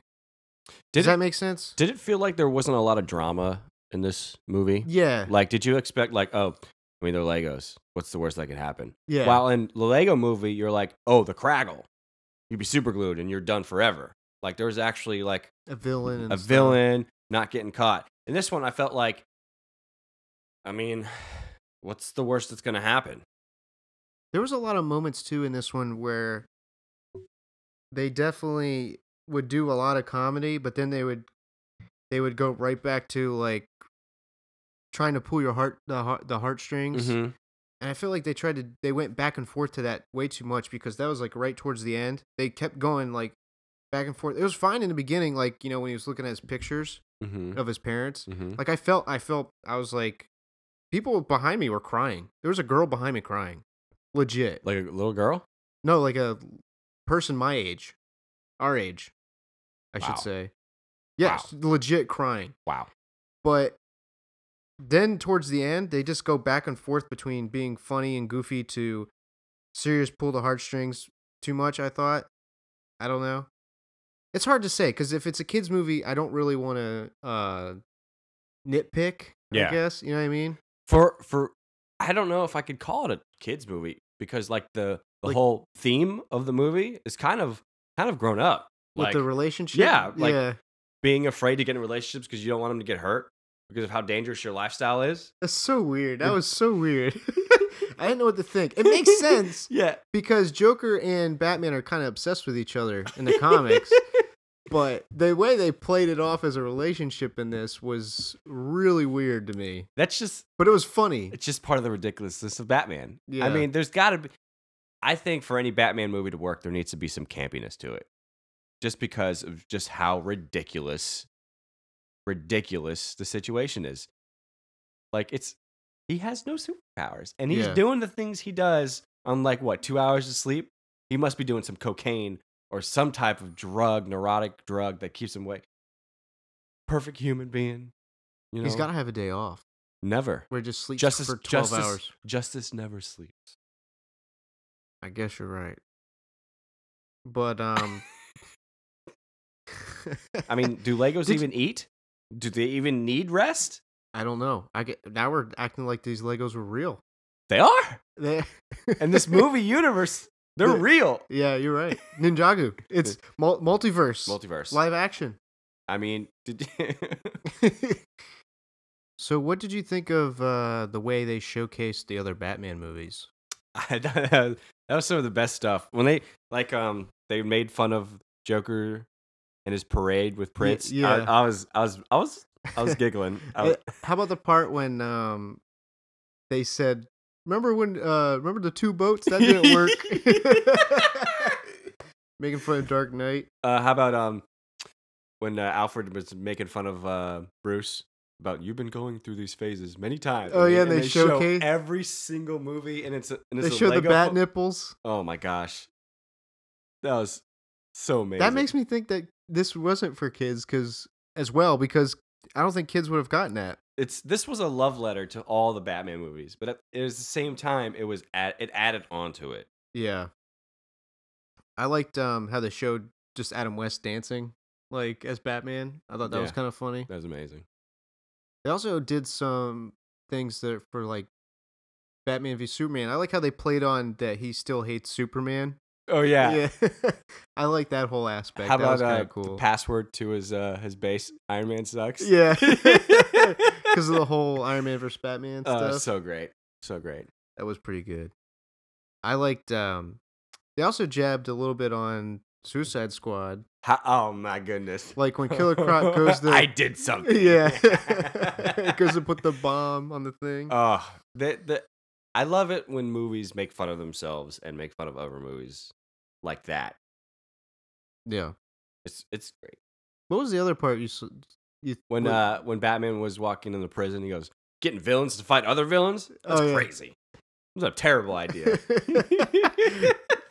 Speaker 4: Did
Speaker 3: Does
Speaker 4: it
Speaker 3: that make sense?
Speaker 4: Did it feel like there wasn't a lot of drama in this movie?
Speaker 3: Yeah.
Speaker 4: Like, did you expect like, oh, I mean, they're Legos. What's the worst that could happen?
Speaker 3: Yeah.
Speaker 4: While in the Lego movie, you're like, oh, the Craggle. You'd be super glued and you're done forever. Like there's actually like
Speaker 3: A villain. And
Speaker 4: a
Speaker 3: stuff.
Speaker 4: villain not getting caught. In this one, I felt like, I mean, what's the worst that's gonna happen?
Speaker 3: There was a lot of moments too in this one where they definitely would do a lot of comedy, but then they would they would go right back to like trying to pull your heart the heart the heartstrings.
Speaker 4: Mm-hmm.
Speaker 3: And I feel like they tried to they went back and forth to that way too much because that was like right towards the end. They kept going like back and forth. It was fine in the beginning, like, you know, when he was looking at his pictures
Speaker 4: Mm-hmm.
Speaker 3: of his parents.
Speaker 4: Mm-hmm.
Speaker 3: Like I felt I felt I was like people behind me were crying. There was a girl behind me crying. Legit.
Speaker 4: Like a little girl.
Speaker 3: No, like a person my age, our age, I
Speaker 4: Wow.
Speaker 3: should say. Yes, legit crying.
Speaker 4: Wow.
Speaker 3: But then towards the end, they just go back and forth between being funny and goofy to serious pull the heartstrings too much, I thought. I don't know. It's hard to say because if it's a kids' movie, I don't really want to uh, nitpick,
Speaker 4: Yeah.
Speaker 3: I guess. You know what I mean?
Speaker 4: For for, I don't know if I could call it a kids movie because like the the
Speaker 3: Like-
Speaker 4: whole theme of the movie is kind of kind of grown up. Like
Speaker 3: With the relationship?
Speaker 4: yeah, like-
Speaker 3: yeah.
Speaker 4: being afraid to get in relationships because you don't want them to get hurt because of how dangerous your lifestyle is.
Speaker 3: That's so weird.
Speaker 4: It-
Speaker 3: That was so weird. I didn't know what to think. It makes sense
Speaker 4: Yeah.
Speaker 3: because Joker and Batman are kind of obsessed with each other in the comics, but the way they played it off as a relationship in this was really weird to me.
Speaker 4: That's just
Speaker 3: But it was funny.
Speaker 4: it's just part of the ridiculousness of Batman. I
Speaker 3: Yeah.
Speaker 4: mean, there's got to be. I think for any Batman movie to work, there needs to be some campiness to it, just because of just how ridiculous, ridiculous the situation is. Like it's, he has no superpowers, and he's
Speaker 3: Yeah.
Speaker 4: doing the things he does on like what two hours of sleep. He must be doing some cocaine or some type of drug, neurotic drug that keeps him awake. Perfect human being. You know,
Speaker 3: He's got to have a day off
Speaker 4: never.
Speaker 3: where he just sleeps
Speaker 4: Justice
Speaker 3: for 12
Speaker 4: justice,
Speaker 3: hours.
Speaker 4: Justice never sleeps.
Speaker 3: I guess you're right. But, um.
Speaker 4: I mean, do Legos
Speaker 3: Did you-
Speaker 4: even eat? Do they even need rest?
Speaker 3: I don't know. I get now we're acting like these Legos were real.
Speaker 4: They are.
Speaker 3: They-
Speaker 4: In this movie universe, they're
Speaker 3: The-
Speaker 4: real.
Speaker 3: Yeah, you're right. Ninjago. It's mul- multiverse.
Speaker 4: Multiverse.
Speaker 3: Live action.
Speaker 4: I mean, did
Speaker 3: so, what did you think of uh, the way they showcased the other Batman movies?
Speaker 4: I, that was some of the best stuff. When they like um they made fun of Joker and his parade with Prince. I-
Speaker 3: yeah.
Speaker 4: I, was I was I was I was giggling. I was-
Speaker 3: Uh, How about the part when um, they said, "Remember when? Uh, remember the two boats that didn't work?" Making fun of Dark Knight.
Speaker 4: Uh, how about um, when uh, Alfred was making fun of uh, Bruce about you've been going through these phases many times.
Speaker 3: Oh, yeah, they
Speaker 4: show
Speaker 3: showcase-
Speaker 4: every single movie, and it's a, and it's
Speaker 3: They
Speaker 4: a
Speaker 3: show the
Speaker 4: Lego-
Speaker 3: bat nipples.
Speaker 4: Oh my gosh, that was so amazing.
Speaker 3: That makes me think that this wasn't for kids, because as well, because I don't think kids would have gotten that.
Speaker 4: it's this was a love letter to all the Batman movies, but at, it was the same time it was at, it added onto it.
Speaker 3: Yeah. I liked um how they showed just Adam West dancing like as Batman. I thought that was
Speaker 4: Yeah.
Speaker 3: kind of funny.
Speaker 4: That was amazing.
Speaker 3: They also did some things that for like Batman v Superman. I like how they played on that he still hates Superman.
Speaker 4: Oh
Speaker 3: Yeah.
Speaker 4: yeah.
Speaker 3: I like that whole aspect.
Speaker 4: How
Speaker 3: that
Speaker 4: about
Speaker 3: was kind
Speaker 4: uh,
Speaker 3: of cool.
Speaker 4: the password to his uh, his base? Iron Man sucks.
Speaker 3: yeah. Cuz of the whole Iron Man versus Batman stuff.
Speaker 4: Uh, so great, so great.
Speaker 3: that was pretty good. I liked um they also jabbed a little bit on Suicide Squad.
Speaker 4: How, oh my goodness!
Speaker 3: Like when Killer Croc goes to
Speaker 4: I did something.
Speaker 3: Yeah. Goes to put the bomb on the thing.
Speaker 4: Oh, the, the, I love it when movies make fun of themselves and make fun of other movies like that.
Speaker 3: yeah.
Speaker 4: It's it's great.
Speaker 3: What was the other part you s- you
Speaker 4: When
Speaker 3: what-
Speaker 4: uh when Batman was walking in the prison, he goes getting villains to fight other villains. That's
Speaker 3: Oh, yeah.
Speaker 4: crazy. It was a terrible idea.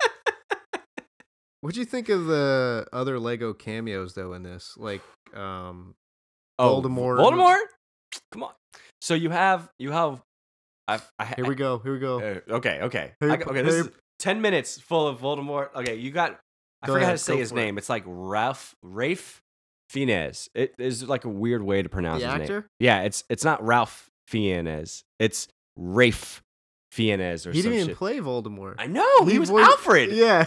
Speaker 3: What'd you think of the other Lego cameos though in this? Like um
Speaker 4: oh,
Speaker 3: Voldemort.
Speaker 4: Voldemort. Come on. So you have you have. I, I,
Speaker 3: here we go, here we go.
Speaker 4: Uh, okay, okay.
Speaker 3: Harry
Speaker 4: I,
Speaker 3: Po-
Speaker 4: okay, this
Speaker 3: Harry-
Speaker 4: is 10 minutes full of Voldemort. Okay, you got I
Speaker 3: Go
Speaker 4: forgot how
Speaker 3: ahead,
Speaker 4: to say
Speaker 3: go
Speaker 4: his
Speaker 3: for it.
Speaker 4: name. It's like Ralph Rafe Fiennes. It is like a weird way to pronounce
Speaker 3: the
Speaker 4: his name.
Speaker 3: actor?
Speaker 4: Yeah, it's it's not Ralph Fiennes. It's Rafe Fiennes or
Speaker 3: He
Speaker 4: some
Speaker 3: didn't even
Speaker 4: shit.
Speaker 3: play Voldemort.
Speaker 4: I know he,
Speaker 3: He
Speaker 4: was
Speaker 3: voiced-
Speaker 4: Alfred.
Speaker 3: Yeah.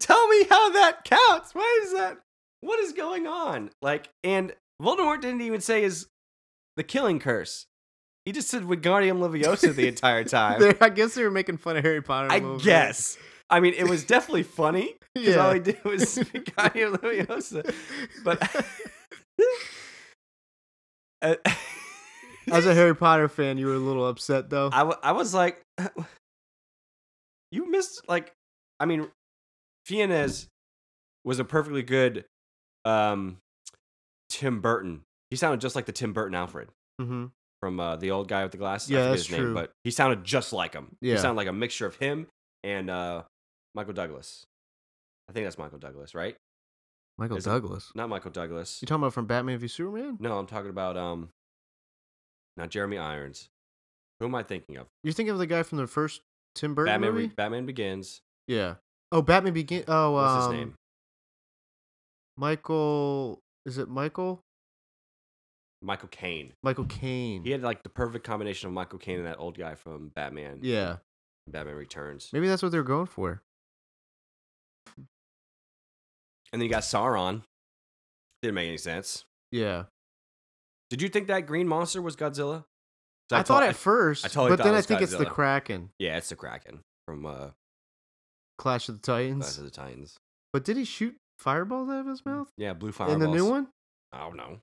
Speaker 4: Tell me how that counts. Why is that? What is going on? Like, and Voldemort didn't even say his the killing curse. He just said Wingardium Leviosa the entire time.
Speaker 3: They- I guess they were making fun of Harry Potter. a
Speaker 4: I
Speaker 3: little bit.
Speaker 4: guess. I mean, it was definitely funny because all
Speaker 3: Yeah.
Speaker 4: he did was Wingardium Leviosa. But Uh,
Speaker 3: As a Harry Potter fan, you were a little upset though.
Speaker 4: I, w- I was like, you missed, like, I mean, Fiennes was a perfectly good um, Tim Burton. He sounded just like the Tim Burton Alfred
Speaker 3: Mhm.
Speaker 4: from uh, the old guy with the glasses. I
Speaker 3: Yeah,
Speaker 4: forget
Speaker 3: that's
Speaker 4: his name,
Speaker 3: true.
Speaker 4: but he sounded just like him. He
Speaker 3: Yeah.
Speaker 4: sounded like a mixture of him and uh, Michael Douglas. I think that's Michael Douglas, right?
Speaker 3: Michael
Speaker 4: Is it-
Speaker 3: Douglas.
Speaker 4: Not Michael Douglas.
Speaker 3: You talking about from Batman v Superman?
Speaker 4: No, I'm talking about um, not Jeremy Irons. Who am I thinking of?
Speaker 3: You're thinking of the guy from the first Tim Burton
Speaker 4: Batman.
Speaker 3: movie?
Speaker 4: Re- Batman Begins.
Speaker 3: yeah. Oh, Batman Begin. Oh,
Speaker 4: What's
Speaker 3: um,
Speaker 4: his name?
Speaker 3: Michael. Is it Michael?
Speaker 4: Michael Caine.
Speaker 3: Michael Caine.
Speaker 4: He had like the perfect combination of Michael Caine and that old guy from Batman.
Speaker 3: Yeah.
Speaker 4: Batman Returns.
Speaker 3: Maybe that's what they're going for.
Speaker 4: And then you got Sauron. Didn't make any sense.
Speaker 3: Yeah.
Speaker 4: Did you think that green monster was Godzilla? 'Cause
Speaker 3: I, thought
Speaker 4: to-
Speaker 3: at first,
Speaker 4: I totally
Speaker 3: but
Speaker 4: thought
Speaker 3: then
Speaker 4: it
Speaker 3: I
Speaker 4: was
Speaker 3: think it's the
Speaker 4: Godzilla.
Speaker 3: Kraken,
Speaker 4: yeah, it's the Kraken from uh,
Speaker 3: Clash of the Titans.
Speaker 4: Clash of the Titans.
Speaker 3: But did he shoot fireballs out of his mouth
Speaker 4: Yeah, blue fireballs.
Speaker 3: in the new one?
Speaker 4: I don't know.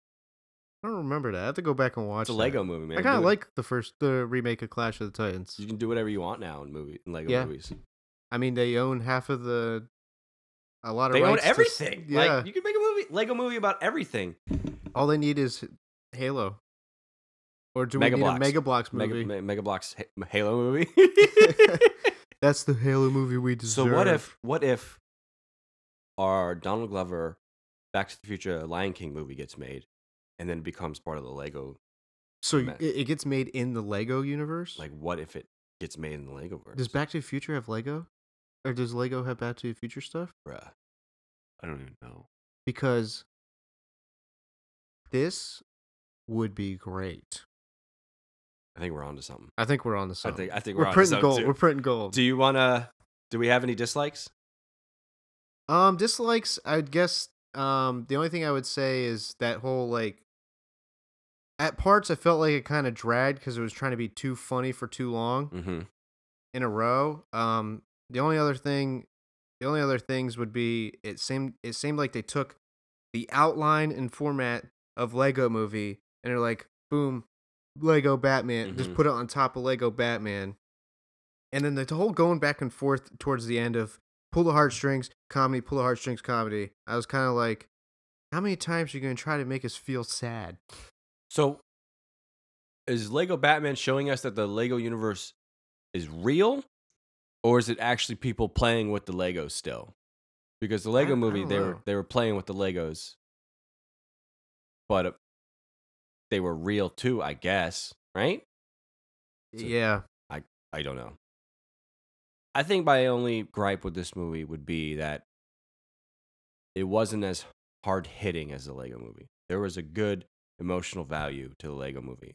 Speaker 3: I don't remember that. I have to go back and watch.
Speaker 4: It's a
Speaker 3: that.
Speaker 4: Lego movie, man.
Speaker 3: I kind
Speaker 4: Do
Speaker 3: of
Speaker 4: it-
Speaker 3: like the first the remake of Clash of the Titans.
Speaker 4: You can do whatever you want now in movie in Lego
Speaker 3: Yeah.
Speaker 4: movies.
Speaker 3: I mean, they own half of the, a lot of.
Speaker 4: They own
Speaker 3: rights to s-
Speaker 4: everything.
Speaker 3: yeah,
Speaker 4: Like you can make a movie, Lego movie about everything.
Speaker 3: all they need is Halo. Or do
Speaker 4: Mega
Speaker 3: we need
Speaker 4: Bloks.
Speaker 3: a Mega Blocks movie?
Speaker 4: Mega, Me- Mega Bloks Ha- Halo movie.
Speaker 3: That's the Halo movie we deserve.
Speaker 4: So what if what if our Donald Glover Back to the Future Lion King movie gets made and then becomes part of the Lego?
Speaker 3: So
Speaker 4: Ma-
Speaker 3: it, it gets made in the Lego universe.
Speaker 4: Like what if it gets made in the Lego verse?
Speaker 3: does Back to the Future have Lego, or does Lego have Back to the Future stuff?
Speaker 4: Bruh. I don't even know.
Speaker 3: Because this would be great.
Speaker 4: I think we're on to something.
Speaker 3: I think we're on the
Speaker 4: I
Speaker 3: song.
Speaker 4: think I think
Speaker 3: we're,
Speaker 4: we're, on to
Speaker 3: printing
Speaker 4: something
Speaker 3: gold.
Speaker 4: too.
Speaker 3: We're printing gold.
Speaker 4: Do you wanna do we have any dislikes?
Speaker 3: Um, dislikes. I would guess. Um, the only thing I would say is that whole like. At parts, I felt like it kind of dragged because it was trying to be too funny for too long
Speaker 4: Mm-hmm.
Speaker 3: in a row. Um, the only other thing, the only other things would be it seemed it seemed like they took the outline and format of Lego Movie and they're like, boom, Lego Batman. Just
Speaker 4: Mhm.
Speaker 3: put it on top of Lego Batman, and then the whole going back and forth towards the end of pull the heartstrings comedy, pull the heartstrings comedy. I was kind of like, how many times are you gonna try to make us feel sad?
Speaker 4: So is Lego Batman showing us that the Lego universe is real or is it actually people playing with the Legos still? Because the
Speaker 3: I
Speaker 4: Lego
Speaker 3: don't- I
Speaker 4: movie
Speaker 3: don't
Speaker 4: they were
Speaker 3: know.
Speaker 4: they were playing with the Legos but uh, they were real too, I guess, right? So-
Speaker 3: Yeah,
Speaker 4: I don't know. I think my only gripe with this movie would be that it wasn't as hard hitting as the Lego movie. There was a good emotional value to the Lego movie.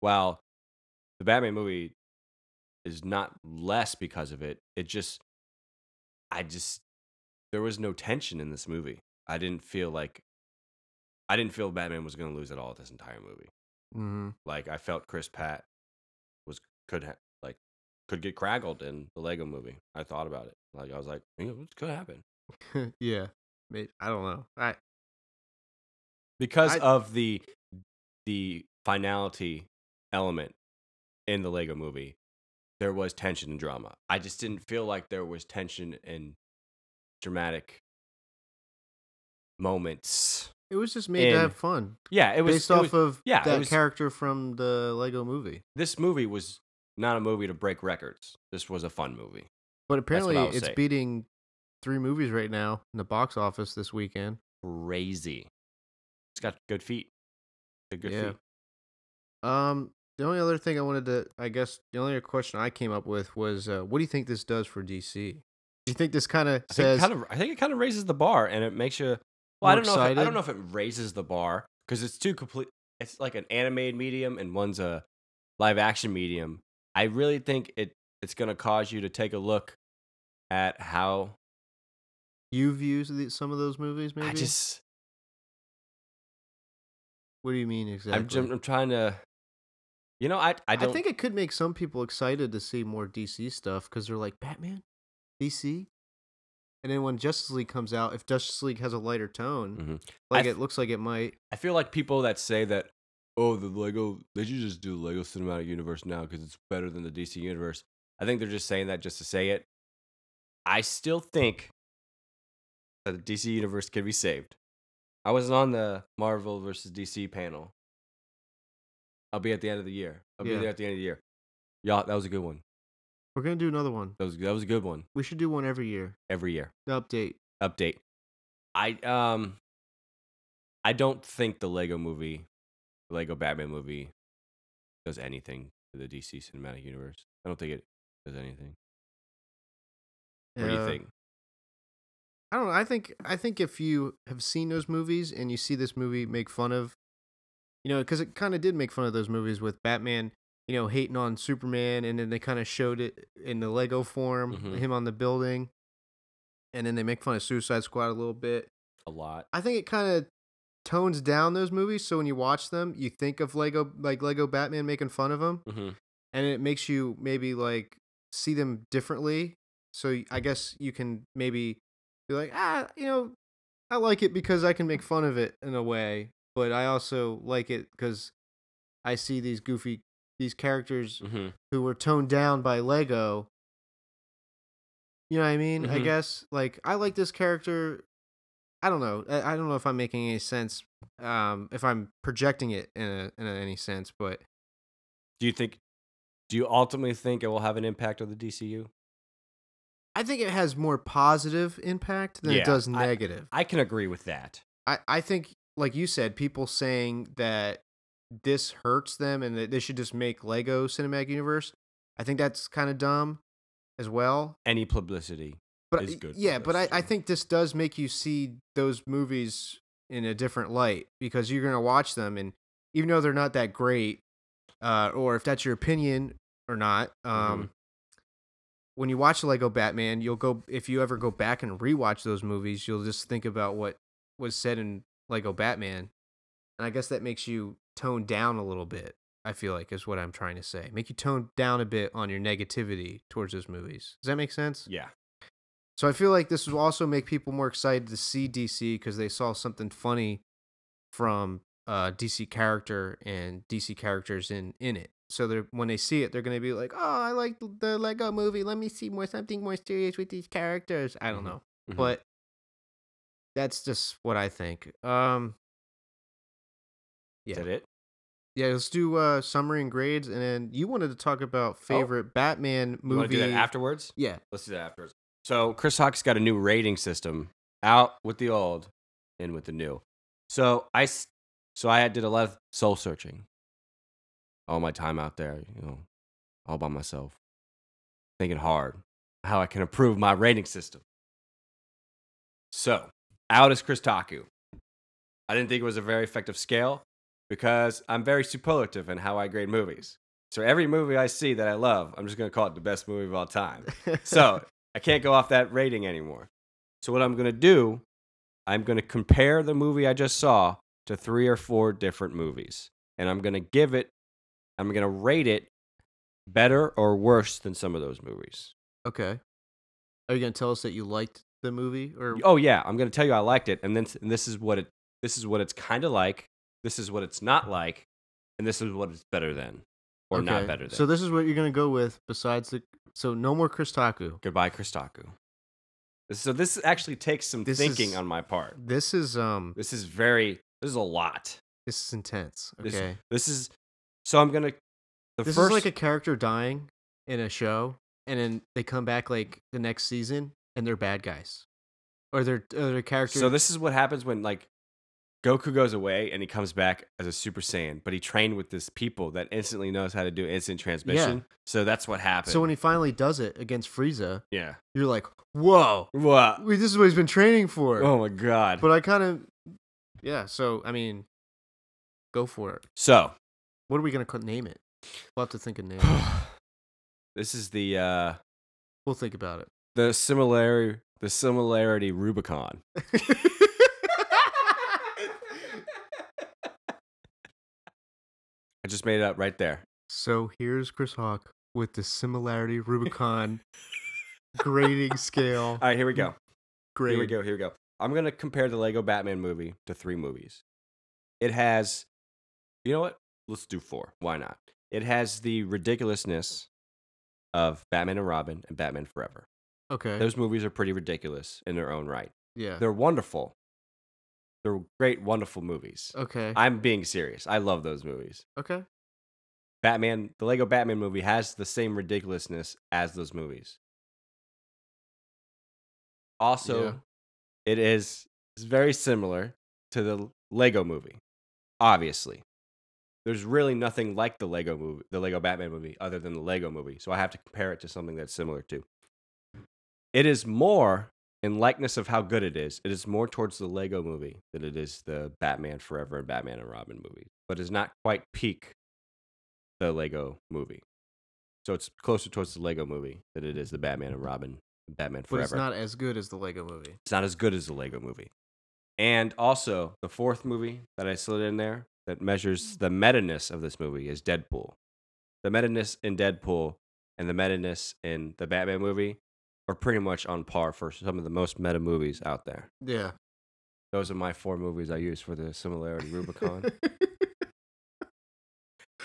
Speaker 4: While the Batman movie is not less because of it, it just, I just, there was no tension in this movie. I didn't feel like, I didn't feel Batman was going to lose at all this entire movie.
Speaker 3: mm-hmm.
Speaker 4: Like I felt Chris Pratt was could ha- like could get craggled in the Lego movie. I thought about it. Like I was like, you know, it could happen
Speaker 3: yeah. May- I don't know. I
Speaker 4: because
Speaker 3: I-
Speaker 4: of the the finality element in the Lego movie. There was tension and drama. I just didn't feel like there was tension and dramatic moments.
Speaker 3: it was just made
Speaker 4: And-
Speaker 3: to have fun.
Speaker 4: Yeah, it was
Speaker 3: based
Speaker 4: it
Speaker 3: off
Speaker 4: was-
Speaker 3: of
Speaker 4: yeah, it
Speaker 3: that
Speaker 4: was-
Speaker 3: character from the Lego movie.
Speaker 4: this movie was not a movie to break records. This was a fun movie.
Speaker 3: But apparently
Speaker 4: I was
Speaker 3: it's
Speaker 4: saying.
Speaker 3: beating three movies right now in the box office this weekend.
Speaker 4: crazy. It's got good feet. Good, good
Speaker 3: Yeah.
Speaker 4: feet.
Speaker 3: Um the only other thing I wanted to I guess the only other question I came up with was uh, what do you think this does for DC? Do you think this kind of
Speaker 4: I think, it
Speaker 3: says
Speaker 4: kind of, I think it kind of raises the bar and it makes you Well, I
Speaker 3: more
Speaker 4: don't know. If it, I
Speaker 3: excited?
Speaker 4: don't know if it raises the bar because it's two complete. It's like an animated medium and one's a live action medium. I really think it it's gonna cause you to take a look at how
Speaker 3: You views the, some of those movies, maybe.
Speaker 4: I just
Speaker 3: what do you mean exactly?
Speaker 4: I'm jum- I'm trying to. You know, I I
Speaker 3: I
Speaker 4: don't
Speaker 3: think it could make some people excited to see more DC stuff because they're like Batman, DC, and then when Justice League comes out, if Justice League has a lighter tone,
Speaker 4: Mhm.
Speaker 3: like
Speaker 4: th-
Speaker 3: it looks like it might.
Speaker 4: I feel like people that say that, oh, the Lego, they should just do Lego Cinematic Universe now because it's better than the DC Universe. I think they're just saying that just to say it. I still think that the DC Universe could be saved. I wasn't on the Marvel versus DC panel. I'll be at the end of the year. I'll
Speaker 3: Yeah.
Speaker 4: be there at the end of the year. Yeah, that was a good one.
Speaker 3: We're gonna do another one.
Speaker 4: That was that was a good one
Speaker 3: We should do one every year.
Speaker 4: every year.
Speaker 3: The update.
Speaker 4: update. I um I don't think the Lego movie, Lego Batman movie does anything to the DC cinematic universe. I don't think it does anything. What do you
Speaker 3: Uh,
Speaker 4: think?
Speaker 3: I don't know. I think I think if you have seen those movies and you see this movie make fun of, you know, because it kind of did make fun of those movies with Batman, you know, hating on Superman, and then they kind of showed it in the Lego form,
Speaker 4: Mhm.
Speaker 3: him on the building, and then they make fun of Suicide Squad a little bit.
Speaker 4: A lot.
Speaker 3: I think it kind of tones down those movies, so when you watch them, you think of Lego like Lego Batman making fun of him,
Speaker 4: Mm-hmm.
Speaker 3: and it makes you maybe like see them differently. So y- I guess you can maybe be like, ah, you know, I like it because I can make fun of it in a way, but I also like it because I see these goofy these characters
Speaker 4: Mm-hmm.
Speaker 3: who were toned down by Lego. You know what I mean? I
Speaker 4: Mhm.
Speaker 3: guess like I like this character. I don't know. I, I don't know if I'm making any sense. Um, if I'm projecting it in a, in any sense, but
Speaker 4: Do you think? Do you ultimately think it will have an impact on the DCU?
Speaker 3: I think it has more positive impact than
Speaker 4: Yeah,
Speaker 3: it does
Speaker 4: I-
Speaker 3: negative.
Speaker 4: I can agree with that.
Speaker 3: I, I think, like you said, people saying that this hurts them and that they should just make Lego Cinematic Universe. I think that's kind of dumb as well.
Speaker 4: Any publicity?
Speaker 3: But
Speaker 4: is
Speaker 3: I-
Speaker 4: good
Speaker 3: yeah, but I, I
Speaker 4: publicity.
Speaker 3: think this does make you see those movies in a different light because you're gonna watch them and even though they're not that great, uh, or if that's your opinion or not, um,
Speaker 4: Mhm.
Speaker 3: when you watch Lego Batman, you'll go if you ever go back and rewatch those movies, you'll just think about what was said in Lego Batman, and I guess that makes you tone down a little bit. I feel like is what I'm trying to say. Make you tone down a bit on your negativity towards those movies. Does that make sense?
Speaker 4: Yeah.
Speaker 3: So I feel like this will also make people more excited to see DC because they saw something funny from uh, DC character and DC characters in in it. So they're when they see it, they're gonna be like, "Oh, I like the Lego Movie. Let me see more something more serious with these characters." I don't
Speaker 4: Mhm.
Speaker 3: know,
Speaker 4: Mhm.
Speaker 3: but that's just what I think. Um,
Speaker 4: is
Speaker 3: yeah.
Speaker 4: that it?
Speaker 3: yeah, let's do uh, summary and grades, and then you wanted to talk about favorite Batman
Speaker 4: Oh. You want
Speaker 3: movie.
Speaker 4: to do that afterwards?
Speaker 3: Yeah,
Speaker 4: Let's do that afterwards. So Chris Hawk's got a new rating system. Out with the old, in with the new. So I, s- so I did a lot of soul searching. All my time out there, you know, all by myself, thinking hard how I can improve my rating system. So out is Chris Taku. I didn't think it was a very effective scale because I'm very superlative in how I grade movies. So every movie I see that I love, I'm just going to call it the best movie of all time so I can't go off that rating anymore. So what I'm gonna do, I'm gonna compare the movie I just saw to three or four different movies, and I'm gonna give it, I'm gonna rate it better or worse than some of those movies.
Speaker 3: Okay. Are you gonna tell us that you liked the movie or
Speaker 4: Oh yeah, I'm gonna tell you I liked it, and then and this is what it, this is what it's kind of like, this is what it's not like, and this is what it's better than or not
Speaker 3: Okay,
Speaker 4: better than.
Speaker 3: So this is what you're gonna go with besides the so no more Kristaku.
Speaker 4: goodbye, Kristaku. So this actually takes some
Speaker 3: This
Speaker 4: thinking
Speaker 3: is-
Speaker 4: on my part.
Speaker 3: This is um
Speaker 4: This is very. This is a lot.
Speaker 3: this is intense.
Speaker 4: This,
Speaker 3: Okay.
Speaker 4: This is. So I'm gonna. The
Speaker 3: This
Speaker 4: first.
Speaker 3: is like a character dying in a show and then they come back like the next season and they're bad guys. Or they're or their character
Speaker 4: so this is what happens when like Goku goes away and he comes back as a Super Saiyan, but he trained with this people that instantly knows how to do instant transmission. So that's what happened.
Speaker 3: So when he finally does it against Frieza,
Speaker 4: yeah.
Speaker 3: you're like, whoa,
Speaker 4: What?
Speaker 3: wait, this is what he's been training for.
Speaker 4: Oh my god.
Speaker 3: But I kind of, yeah. So I mean, go for it.
Speaker 4: So
Speaker 3: What are we gonna co- name it? We'll have to think of name.
Speaker 4: this is the uh
Speaker 3: we'll think about it.
Speaker 4: the similarity the similarity Rubicon. I just made it up right there.
Speaker 3: so here's Chris Hawk with the similarity Rubicon grading scale.
Speaker 4: All right, here we go.
Speaker 3: Grade.
Speaker 4: Here we go. Here we go. I'm gonna compare the Lego Batman movie to three movies. It has, you know what? Let's do four. Why not? It has the ridiculousness of Batman and Robin and Batman Forever.
Speaker 3: Okay.
Speaker 4: Those movies are pretty ridiculous in their own right.
Speaker 3: yeah.
Speaker 4: They're wonderful. They're great, wonderful movies.
Speaker 3: Okay.
Speaker 4: I'm being serious. I love those movies.
Speaker 3: okay.
Speaker 4: Batman, the Lego Batman movie has the same ridiculousness as those movies. Also,
Speaker 3: Yeah.
Speaker 4: it is it's very similar to the Lego movie. Obviously. There's really nothing like the Lego movie, the Lego Batman movie other than the Lego movie, so I have to compare it to something that's similar to. It is more in likeness of how good it is. It is more towards the Lego movie than it is the Batman Forever and Batman and Robin movie, but is not quite peak the Lego movie. So it's closer towards the Lego movie than it is the Batman and Robin, Batman
Speaker 3: But
Speaker 4: Forever.
Speaker 3: it's not as good as the Lego Movie.
Speaker 4: It's not as good as the Lego movie. And also, the fourth movie that I slid in there that measures the meta-ness of this movie is Deadpool. The meta-ness in Deadpool and the meta-ness in the Batman movie are pretty much on par for some of the most meta movies out there.
Speaker 3: Yeah.
Speaker 4: Those are my four movies I use for the similarity Rubicon.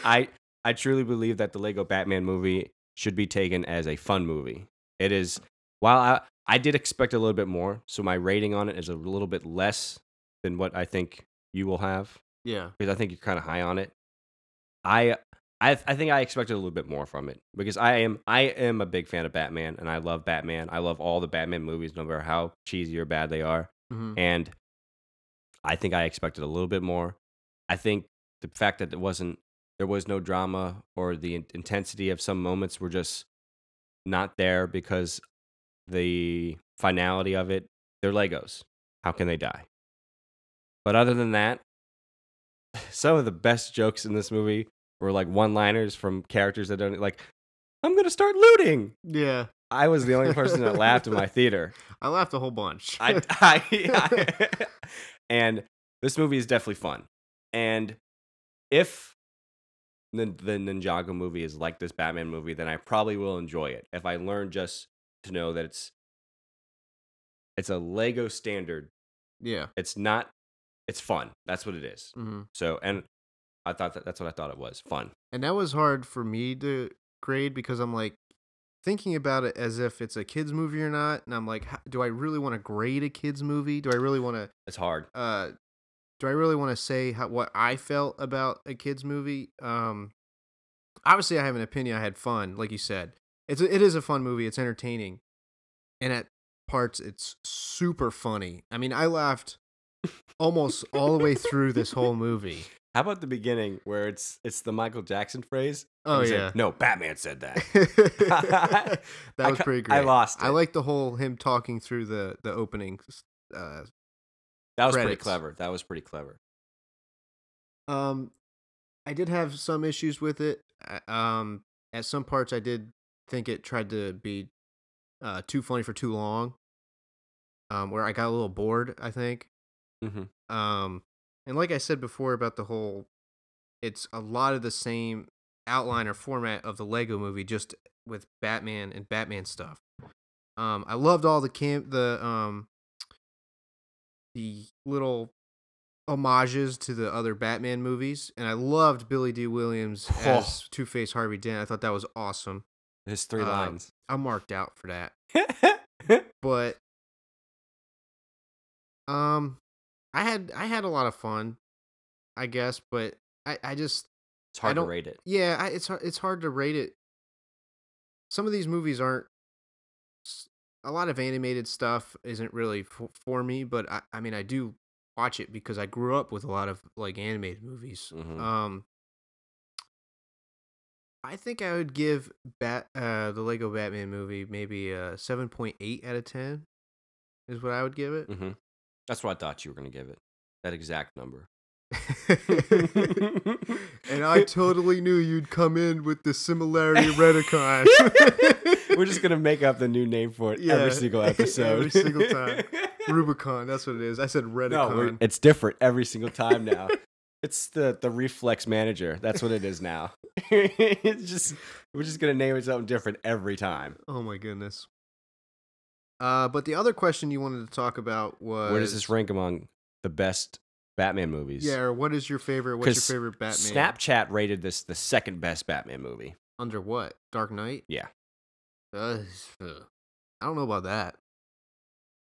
Speaker 4: I I truly believe that the Lego Batman movie should be taken as a fun movie. It is while I I did expect a little bit more, so my rating on it is a little bit less than what I think you will have
Speaker 3: yeah.
Speaker 4: because I think you're kind of high on it. I I I think I expected a little bit more from it because I am I am a big fan of Batman and I love Batman. I love all the Batman movies no matter how cheesy or bad they are
Speaker 3: Mhm.
Speaker 4: and I think I expected a little bit more. I think the fact that it wasn't there was no drama or the in- intensity of some moments were just not there because the finality of it they're Legos. How can they die? But other than that, some of the best jokes in this movie were like one-liners from characters that don't like I'm going to start looting.
Speaker 3: Yeah.
Speaker 4: I was the only person that laughed in my theater.
Speaker 3: I laughed a whole bunch.
Speaker 4: I, I, I- and this movie is definitely fun. And if the, the Ninjago movie is like this Batman movie, then I probably will enjoy it. If I learn just to know that it's it's a Lego standard,
Speaker 3: yeah.
Speaker 4: it's not it's fun. That's what it is.
Speaker 3: hmm
Speaker 4: So and I thought that that's what I thought it was fun.
Speaker 3: And that was hard for me to grade because I'm like thinking about it as if it's a kids movie or not, and I'm like, "H- do I really want to grade a kids movie? Do I really want to?
Speaker 4: It's hard.
Speaker 3: Uh, do I really want to say how, what I felt about a kids movie? Um, obviously, I have an opinion. I had fun, like you said. It's a, it is a fun movie. It's entertaining, and at parts, it's super funny. I mean, I laughed almost all the way through this whole movie.
Speaker 4: How about the beginning where it's it's the Michael Jackson phrase?
Speaker 3: Oh
Speaker 4: He's like,
Speaker 3: yeah.
Speaker 4: no, Batman said that.
Speaker 3: that
Speaker 4: I
Speaker 3: was
Speaker 4: ca-
Speaker 3: pretty great.
Speaker 4: I lost
Speaker 3: I
Speaker 4: it.
Speaker 3: like the whole him talking through the the opening. Uh,
Speaker 4: That was pretty
Speaker 3: Credits.
Speaker 4: clever. That was pretty clever.
Speaker 3: um, I did have some issues with it. I- Um, at some parts, I did think it tried to be uh, too funny for too long. Um, where I got a little bored. I think.
Speaker 4: Mm-hmm.
Speaker 3: Um, and like I said before about the whole, it's a lot of the same outline or format of the Lego Movie, just with Batman and Batman stuff. Um, I loved all the camp, the um, the little homages to the other Batman movies, and I loved Billy D. Williams as Two Face Harvey Dent. I thought that was awesome.
Speaker 4: His three
Speaker 3: Um,
Speaker 4: lines.
Speaker 3: I marked out for that but um i had i had a lot of fun i guess but i i just
Speaker 4: It's hard to
Speaker 3: don't-
Speaker 4: rate it.
Speaker 3: yeah I, it's har- it's hard to rate it some of these movies aren't s- a lot of animated stuff isn't really for, for me but I, I mean i do watch it because I grew up with a lot of like animated movies.
Speaker 4: Mhm.
Speaker 3: Um, I think I would give Bat uh, the Lego Batman movie maybe a seven point eight out of ten, is what I would give it.
Speaker 4: hmm That's what I thought you were going to give it. That exact number.
Speaker 3: and I totally knew you'd come in with the similarity Redicon.
Speaker 4: We're just going to make up the new name for it
Speaker 3: Yeah,
Speaker 4: every single episode.
Speaker 3: every single time. Rubicon. That's what it is. I said
Speaker 4: no, we're-
Speaker 3: Redicon.
Speaker 4: it's different every single time now. it's the, the reflex manager. That's what it is now. it's just we're just going to name it something different every time.
Speaker 3: oh my goodness. Uh, but the other question you wanted to talk about was
Speaker 4: Where does this rank among the best Batman movies?
Speaker 3: Yeah, or what is your favorite? What's
Speaker 4: 'Cause
Speaker 3: your favorite Batman?
Speaker 4: Snapchat rated this the second best Batman movie.
Speaker 3: under what? Dark Knight.
Speaker 4: Yeah.
Speaker 3: Uh, I don't know about that.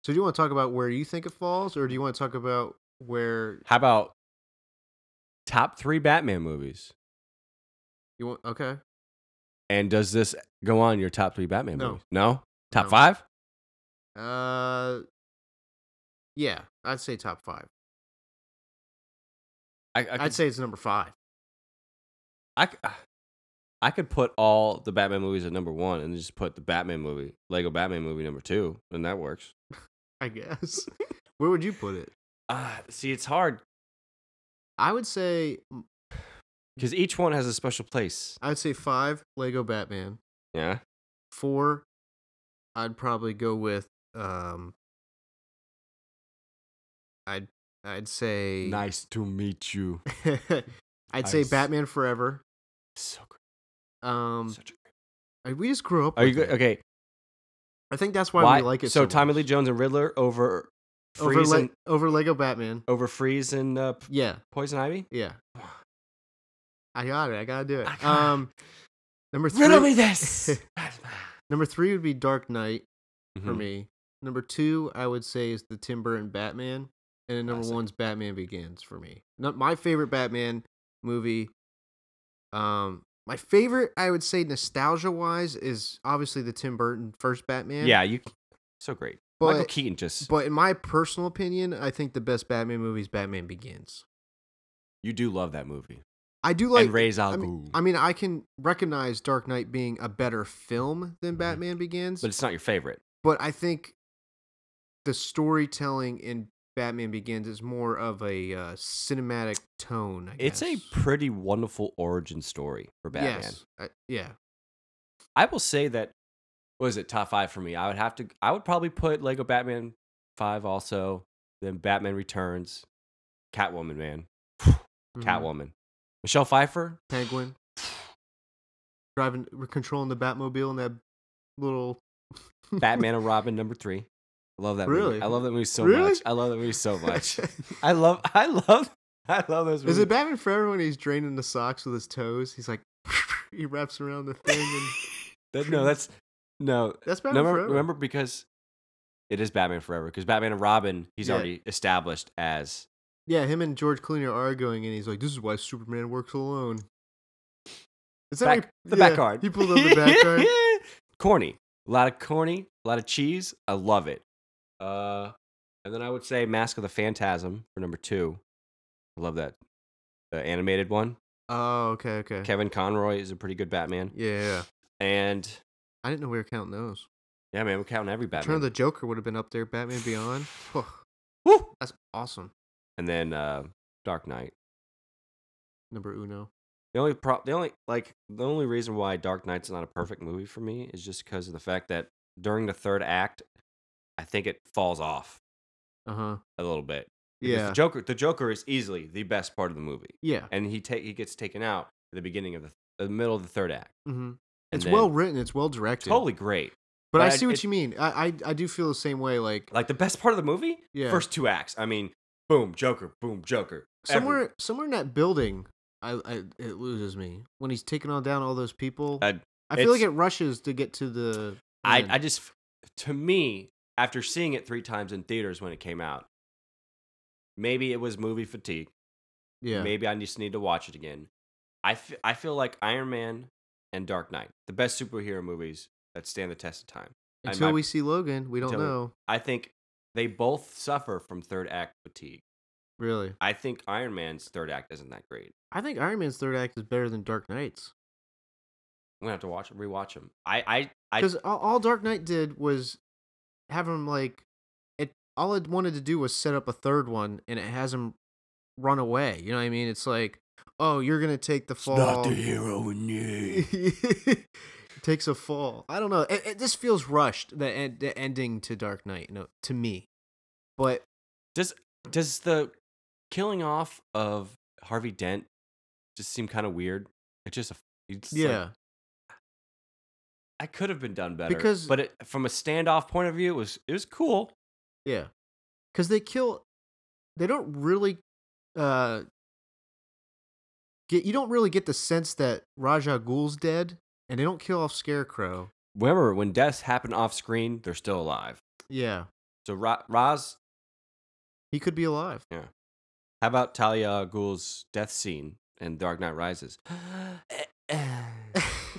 Speaker 3: So do you want to talk about where you think it falls, or do you want to talk about where
Speaker 4: How about top three Batman movies?
Speaker 3: you want? Okay.
Speaker 4: And does this go on your top three Batman
Speaker 3: No.
Speaker 4: movies? No. Top
Speaker 3: No.
Speaker 4: five?
Speaker 3: Uh, yeah, I'd say top five.
Speaker 4: I, I could,
Speaker 3: I'd say it's number five.
Speaker 4: I, c- I could put all the Batman movies at number one and just put the Batman movie, Lego Batman movie number two, and that works.
Speaker 3: I guess. where would you put it?
Speaker 4: Uh, see, it's hard
Speaker 3: I would say
Speaker 4: because each one has a special place.
Speaker 3: I would say five Lego Batman.
Speaker 4: Yeah.
Speaker 3: Four, I'd probably go with um. I'd I'd say
Speaker 4: Nice to meet you.
Speaker 3: I'd say
Speaker 4: Nice.
Speaker 3: Batman Forever.
Speaker 4: So great.
Speaker 3: Um,
Speaker 4: Such a great.
Speaker 3: I- we just grew up.
Speaker 4: Are you
Speaker 3: with
Speaker 4: good?
Speaker 3: it.
Speaker 4: Okay.
Speaker 3: I think that's why, we like it.
Speaker 4: So,
Speaker 3: So,
Speaker 4: Tommy
Speaker 3: much.
Speaker 4: Lee Jones and Riddler over
Speaker 3: over,
Speaker 4: Freeze
Speaker 3: Le-
Speaker 4: and
Speaker 3: over Lego Batman.
Speaker 4: over Freeze and uh, P-
Speaker 3: Yeah,
Speaker 4: Poison Ivy.
Speaker 3: yeah. I got it. I gotta do
Speaker 4: I
Speaker 3: it.
Speaker 4: got it.
Speaker 3: Um, number three.
Speaker 4: Riddle me this.
Speaker 3: Number three would be Dark Knight for
Speaker 4: Mhm.
Speaker 3: me. Number two, I would say, is the Tim Burton Batman, and then number
Speaker 4: Classic.
Speaker 3: one's Batman Begins for me. Not my favorite Batman movie. Um, my favorite, I would say, nostalgia wise, is obviously the Tim Burton first Batman.
Speaker 4: Yeah, you. So great. Michael
Speaker 3: but
Speaker 4: Keaton just.
Speaker 3: but in my personal opinion, I think the best Batman movie is Batman Begins.
Speaker 4: you do love that movie.
Speaker 3: I do like
Speaker 4: and Ra's al
Speaker 3: I
Speaker 4: Ghul.
Speaker 3: mean, I mean, I can recognize Dark Knight being a better film than
Speaker 4: Mm-hmm.
Speaker 3: Batman Begins,
Speaker 4: but it's not your favorite.
Speaker 3: but I think the storytelling in Batman Begins is more of a uh, cinematic tone. I
Speaker 4: It's a
Speaker 3: guess.
Speaker 4: pretty wonderful origin story for Batman.
Speaker 3: Yes, I- yeah.
Speaker 4: I will say that was it top five for me. I would have to. I would probably put Lego Batman five also. Then Batman Returns, Catwoman, man,
Speaker 3: Mhm.
Speaker 4: Catwoman, Michelle Pfeiffer.
Speaker 3: Penguin driving, controlling the Batmobile and that little
Speaker 4: Batman and Robin number three. I love that.
Speaker 3: Really?
Speaker 4: movie. I love that movie so
Speaker 3: Really?
Speaker 4: much. I love that movie so much. I love. I love. I love those. Movies.
Speaker 3: Is it Batman Forever when he's draining the socks with his toes? He's like, he wraps around the thing, and
Speaker 4: That- no, that's no.
Speaker 3: that's Batman
Speaker 4: Remember,
Speaker 3: Forever.
Speaker 4: remember because it is Batman Forever. Because Batman and Robin, he's
Speaker 3: Yeah.
Speaker 4: already established as
Speaker 3: Yeah, him and George Clooney are arguing, and he's like, "This is why Superman works alone." Is that
Speaker 4: back,
Speaker 3: what he-
Speaker 4: the
Speaker 3: yeah,
Speaker 4: back card.
Speaker 3: He pulled out the back card.
Speaker 4: corny, a lot of corny, a lot of cheese. I love it. Uh, and then I would say Mask of the Phantasm for number two. I love that the animated one.
Speaker 3: Oh, okay, okay.
Speaker 4: Kevin Conroy is a pretty good Batman,
Speaker 3: Yeah, yeah, yeah.
Speaker 4: and
Speaker 3: I didn't know we were counting those.
Speaker 4: yeah, man, we're counting every
Speaker 3: Turn of
Speaker 4: Batman.
Speaker 3: the Joker would have been up there. Batman Beyond. Whew,
Speaker 4: Woo!
Speaker 3: that's awesome.
Speaker 4: And then uh, Dark Knight.
Speaker 3: Number uno.
Speaker 4: The only pro- the only like the only reason why Dark Knight's not a perfect movie for me is just because of the fact that during the third act, I think it falls off
Speaker 3: Uh huh.
Speaker 4: a little bit. Because
Speaker 3: Yeah.
Speaker 4: The Joker, the Joker is easily the best part of the movie,
Speaker 3: Yeah.
Speaker 4: and he ta- he gets taken out at the beginning of the, the middle of the third act.
Speaker 3: hmm
Speaker 4: And
Speaker 3: It's
Speaker 4: then-
Speaker 3: well written. It's well directed.
Speaker 4: totally great.
Speaker 3: But,
Speaker 4: but
Speaker 3: I
Speaker 4: I-
Speaker 3: see what
Speaker 4: it-
Speaker 3: you mean. I, I I do feel the same way. Like
Speaker 4: Like the best part of the movie,
Speaker 3: Yeah.
Speaker 4: first two acts. I mean, boom, Joker, boom, Joker. every-
Speaker 3: somewhere somewhere in that building, I, I it loses me when he's taking on down all those people.
Speaker 4: I-
Speaker 3: I feel like
Speaker 4: it's-
Speaker 3: it rushes to get to the.
Speaker 4: I,
Speaker 3: end.
Speaker 4: I just, to me, after seeing it three times in theaters when it came out, maybe it was movie fatigue.
Speaker 3: yeah.
Speaker 4: Maybe I just need to watch it again. I fe- I feel like Iron Man and Dark Knight, the best superhero movies that stand the test of time. I
Speaker 3: Until
Speaker 4: might-
Speaker 3: we see Logan, we don't
Speaker 4: until we-
Speaker 3: know.
Speaker 4: I think they both suffer from third act fatigue.
Speaker 3: Really,
Speaker 4: I think Iron Man's third act isn't that great.
Speaker 3: I think Iron Man's third act is better than Dark Knight's
Speaker 4: I'm gonna have to watch rewatch him. I I, I
Speaker 3: because all, all Dark Knight did was have him like it. All it wanted to do was set up a third one, and it has him run away. You know what I mean? It's like, oh, you're gonna take the fall.
Speaker 4: hero in you.
Speaker 3: takes a fall. I don't know. It, it, this feels rushed. The, en- the ending to Dark Knight, no, to me. But
Speaker 4: Does does the killing off of Harvey Dent just seem kind of weird? It's just a it's like,
Speaker 3: yeah,
Speaker 4: I could have been done better
Speaker 3: Because-
Speaker 4: but it, from a standoff point of view, it was it was cool.
Speaker 3: yeah, because they kill. They don't really uh get. You don't really get the sense that Raja Ghul's dead, and they don't kill off Scarecrow.
Speaker 4: Remember when deaths happen off screen, they're still alive.
Speaker 3: Yeah,
Speaker 4: So Ra- Raz,
Speaker 3: he could be alive.
Speaker 4: how about Talia al Ghul's death scene in Dark Knight Rises?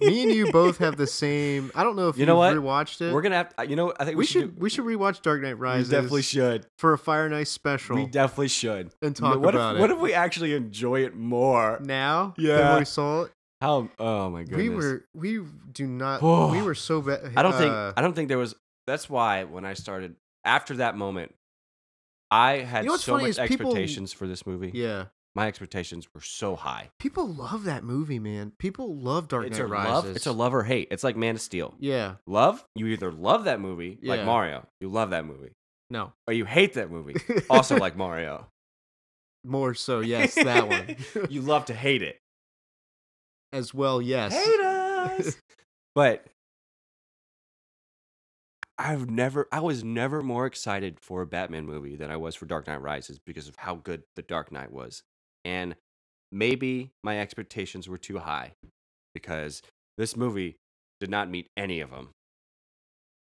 Speaker 3: Me and you both have the same. I don't know if
Speaker 4: You know
Speaker 3: you've
Speaker 4: what?
Speaker 3: rewatched it.
Speaker 4: We're gonna have. To, you know, I think we,
Speaker 3: we should
Speaker 4: do-
Speaker 3: we should rewatch Dark Knight
Speaker 4: we
Speaker 3: Rises
Speaker 4: definitely should.
Speaker 3: for a Fire and Ice special
Speaker 4: We definitely should.
Speaker 3: and talk
Speaker 4: what
Speaker 3: about
Speaker 4: if
Speaker 3: it.
Speaker 4: what if we actually enjoy it more?
Speaker 3: now than
Speaker 4: Yeah.
Speaker 3: when we saw it.
Speaker 4: How? Oh my goodness.
Speaker 3: We were we do not
Speaker 4: Oh.
Speaker 3: we were so uh, bad.
Speaker 4: I don't think I don't think there was. That's why when I started after that moment, I had
Speaker 3: You know what's
Speaker 4: so
Speaker 3: funny
Speaker 4: much
Speaker 3: is people-
Speaker 4: expectations for this movie.
Speaker 3: yeah,
Speaker 4: My expectations were so high.
Speaker 3: people love that movie, man. People love Dark
Speaker 4: it's
Speaker 3: Knight
Speaker 4: a
Speaker 3: Rises.
Speaker 4: love. It's a love or hate. It's like Man of Steel.
Speaker 3: Yeah,
Speaker 4: Love. You either love that movie, like
Speaker 3: Yeah.
Speaker 4: Mario. You love that movie,
Speaker 3: no,
Speaker 4: or you hate that movie, also like Mario.
Speaker 3: more so. Yes, that one
Speaker 4: you love to hate it.
Speaker 3: as well. Yes,
Speaker 4: Haters. but I've never, I was never more excited for a Batman movie than I was for Dark Knight Rises because of how good The Dark Knight was, and maybe my expectations were too high because this movie did not meet any of them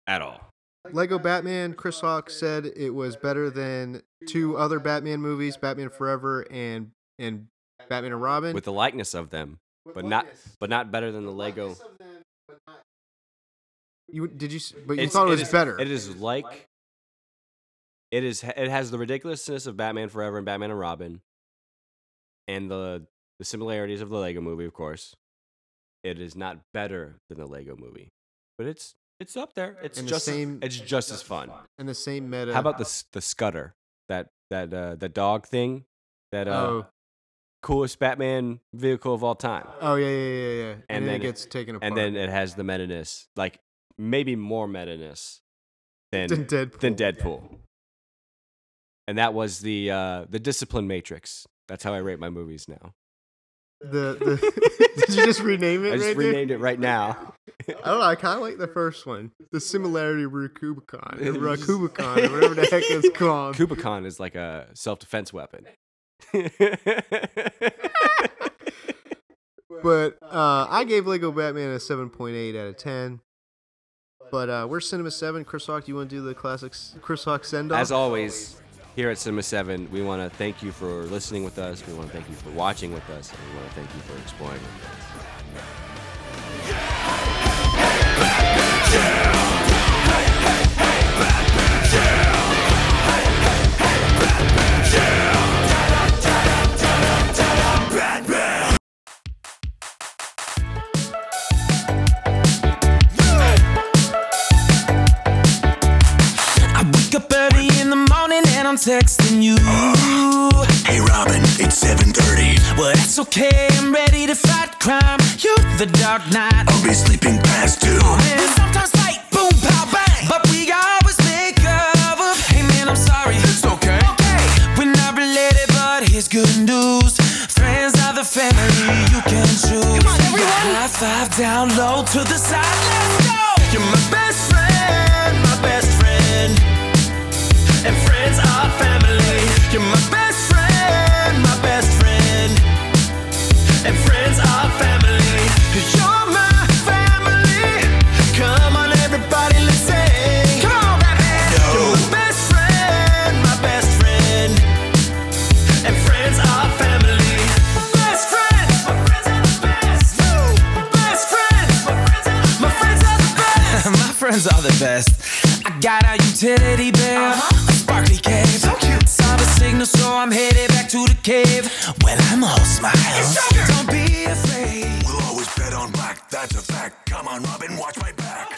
Speaker 4: at all. uh,
Speaker 3: Lego Batman. Chris Hawk said it was better than two other Batman movies, Batman Forever and and Batman and Robin.
Speaker 4: With the likeness of them, but not, but not better than the Lego.
Speaker 3: you did you? s- But you
Speaker 4: It's-
Speaker 3: thought it was
Speaker 4: is-
Speaker 3: better.
Speaker 4: It is like it is. It has the ridiculousness of Batman Forever and Batman and Robin, and the the similarities of the Lego Movie, of course. It is not better than the Lego Movie, but it's it's up there. It's
Speaker 3: And the
Speaker 4: just
Speaker 3: same-
Speaker 4: it's just as fun.
Speaker 3: in the same meta.
Speaker 4: How about the s- the Scudder that that uh, the dog thing that uh,
Speaker 3: Oh.
Speaker 4: coolest Batman vehicle of all time,
Speaker 3: Oh yeah, yeah, yeah, yeah. yeah. And, then,
Speaker 4: then-
Speaker 3: it gets taken apart.
Speaker 4: and then it has the meta-ness, like maybe more meta-ness than
Speaker 3: Then Deadpool.
Speaker 4: than Deadpool. And that was the uh, the discipline matrix. That's how I rate my movies now.
Speaker 3: The, the did you just rename it?
Speaker 4: I just
Speaker 3: right there?
Speaker 4: renamed it right now.
Speaker 3: I don't know. I kind of like the first one. The similarity Rukubicon,
Speaker 4: It was-
Speaker 3: Rukubicon, or whatever the heck it's called.
Speaker 4: Kubicon is like a self defense weapon.
Speaker 3: But uh, I gave Lego Batman a seven point eight out of ten. But uh, we're Cinema Seven. Chris Hawk, do you want to do the classics? Chris Hawk send off.
Speaker 4: As always, here at Cinema 7, we want to thank you for listening with us. We want to thank you for watching with us. And we want to thank you for exploring with us.
Speaker 5: I wake up early in the morning and I'm texting you.
Speaker 6: Hey Robin, it's 7:30.
Speaker 5: But that's okay, I'm ready to fight crime. You're the dark knight.
Speaker 6: I'll be sleeping past two.
Speaker 5: We sometimes fight, boom, pow, bang. But we always make up of, hey man, I'm sorry. It's okay. Okay, we're not related, but here's good news. Friends are the family you can choose. Come on, everyone. High five down low to the side. Let's go. You're my best friend, my best friend. And friends are family. You're my best friend, my best friend. And friends are family. You're my family. Come on, everybody, let's sing. Come on, baby. You're my best friend, my best friend. And friends are family. Best friends. My friends are the best. Best friends. My friends are the best. My friends are the best. my friends are the best. I got a utility bill, a sparkly cave, Uh-huh. so cute, so have a signal, so I'm headed back to the cave. Well, I'm all smiles. Don't be afraid.
Speaker 6: We'll always bet on black, that's a fact. Come on, Robin, watch my back.
Speaker 5: eh,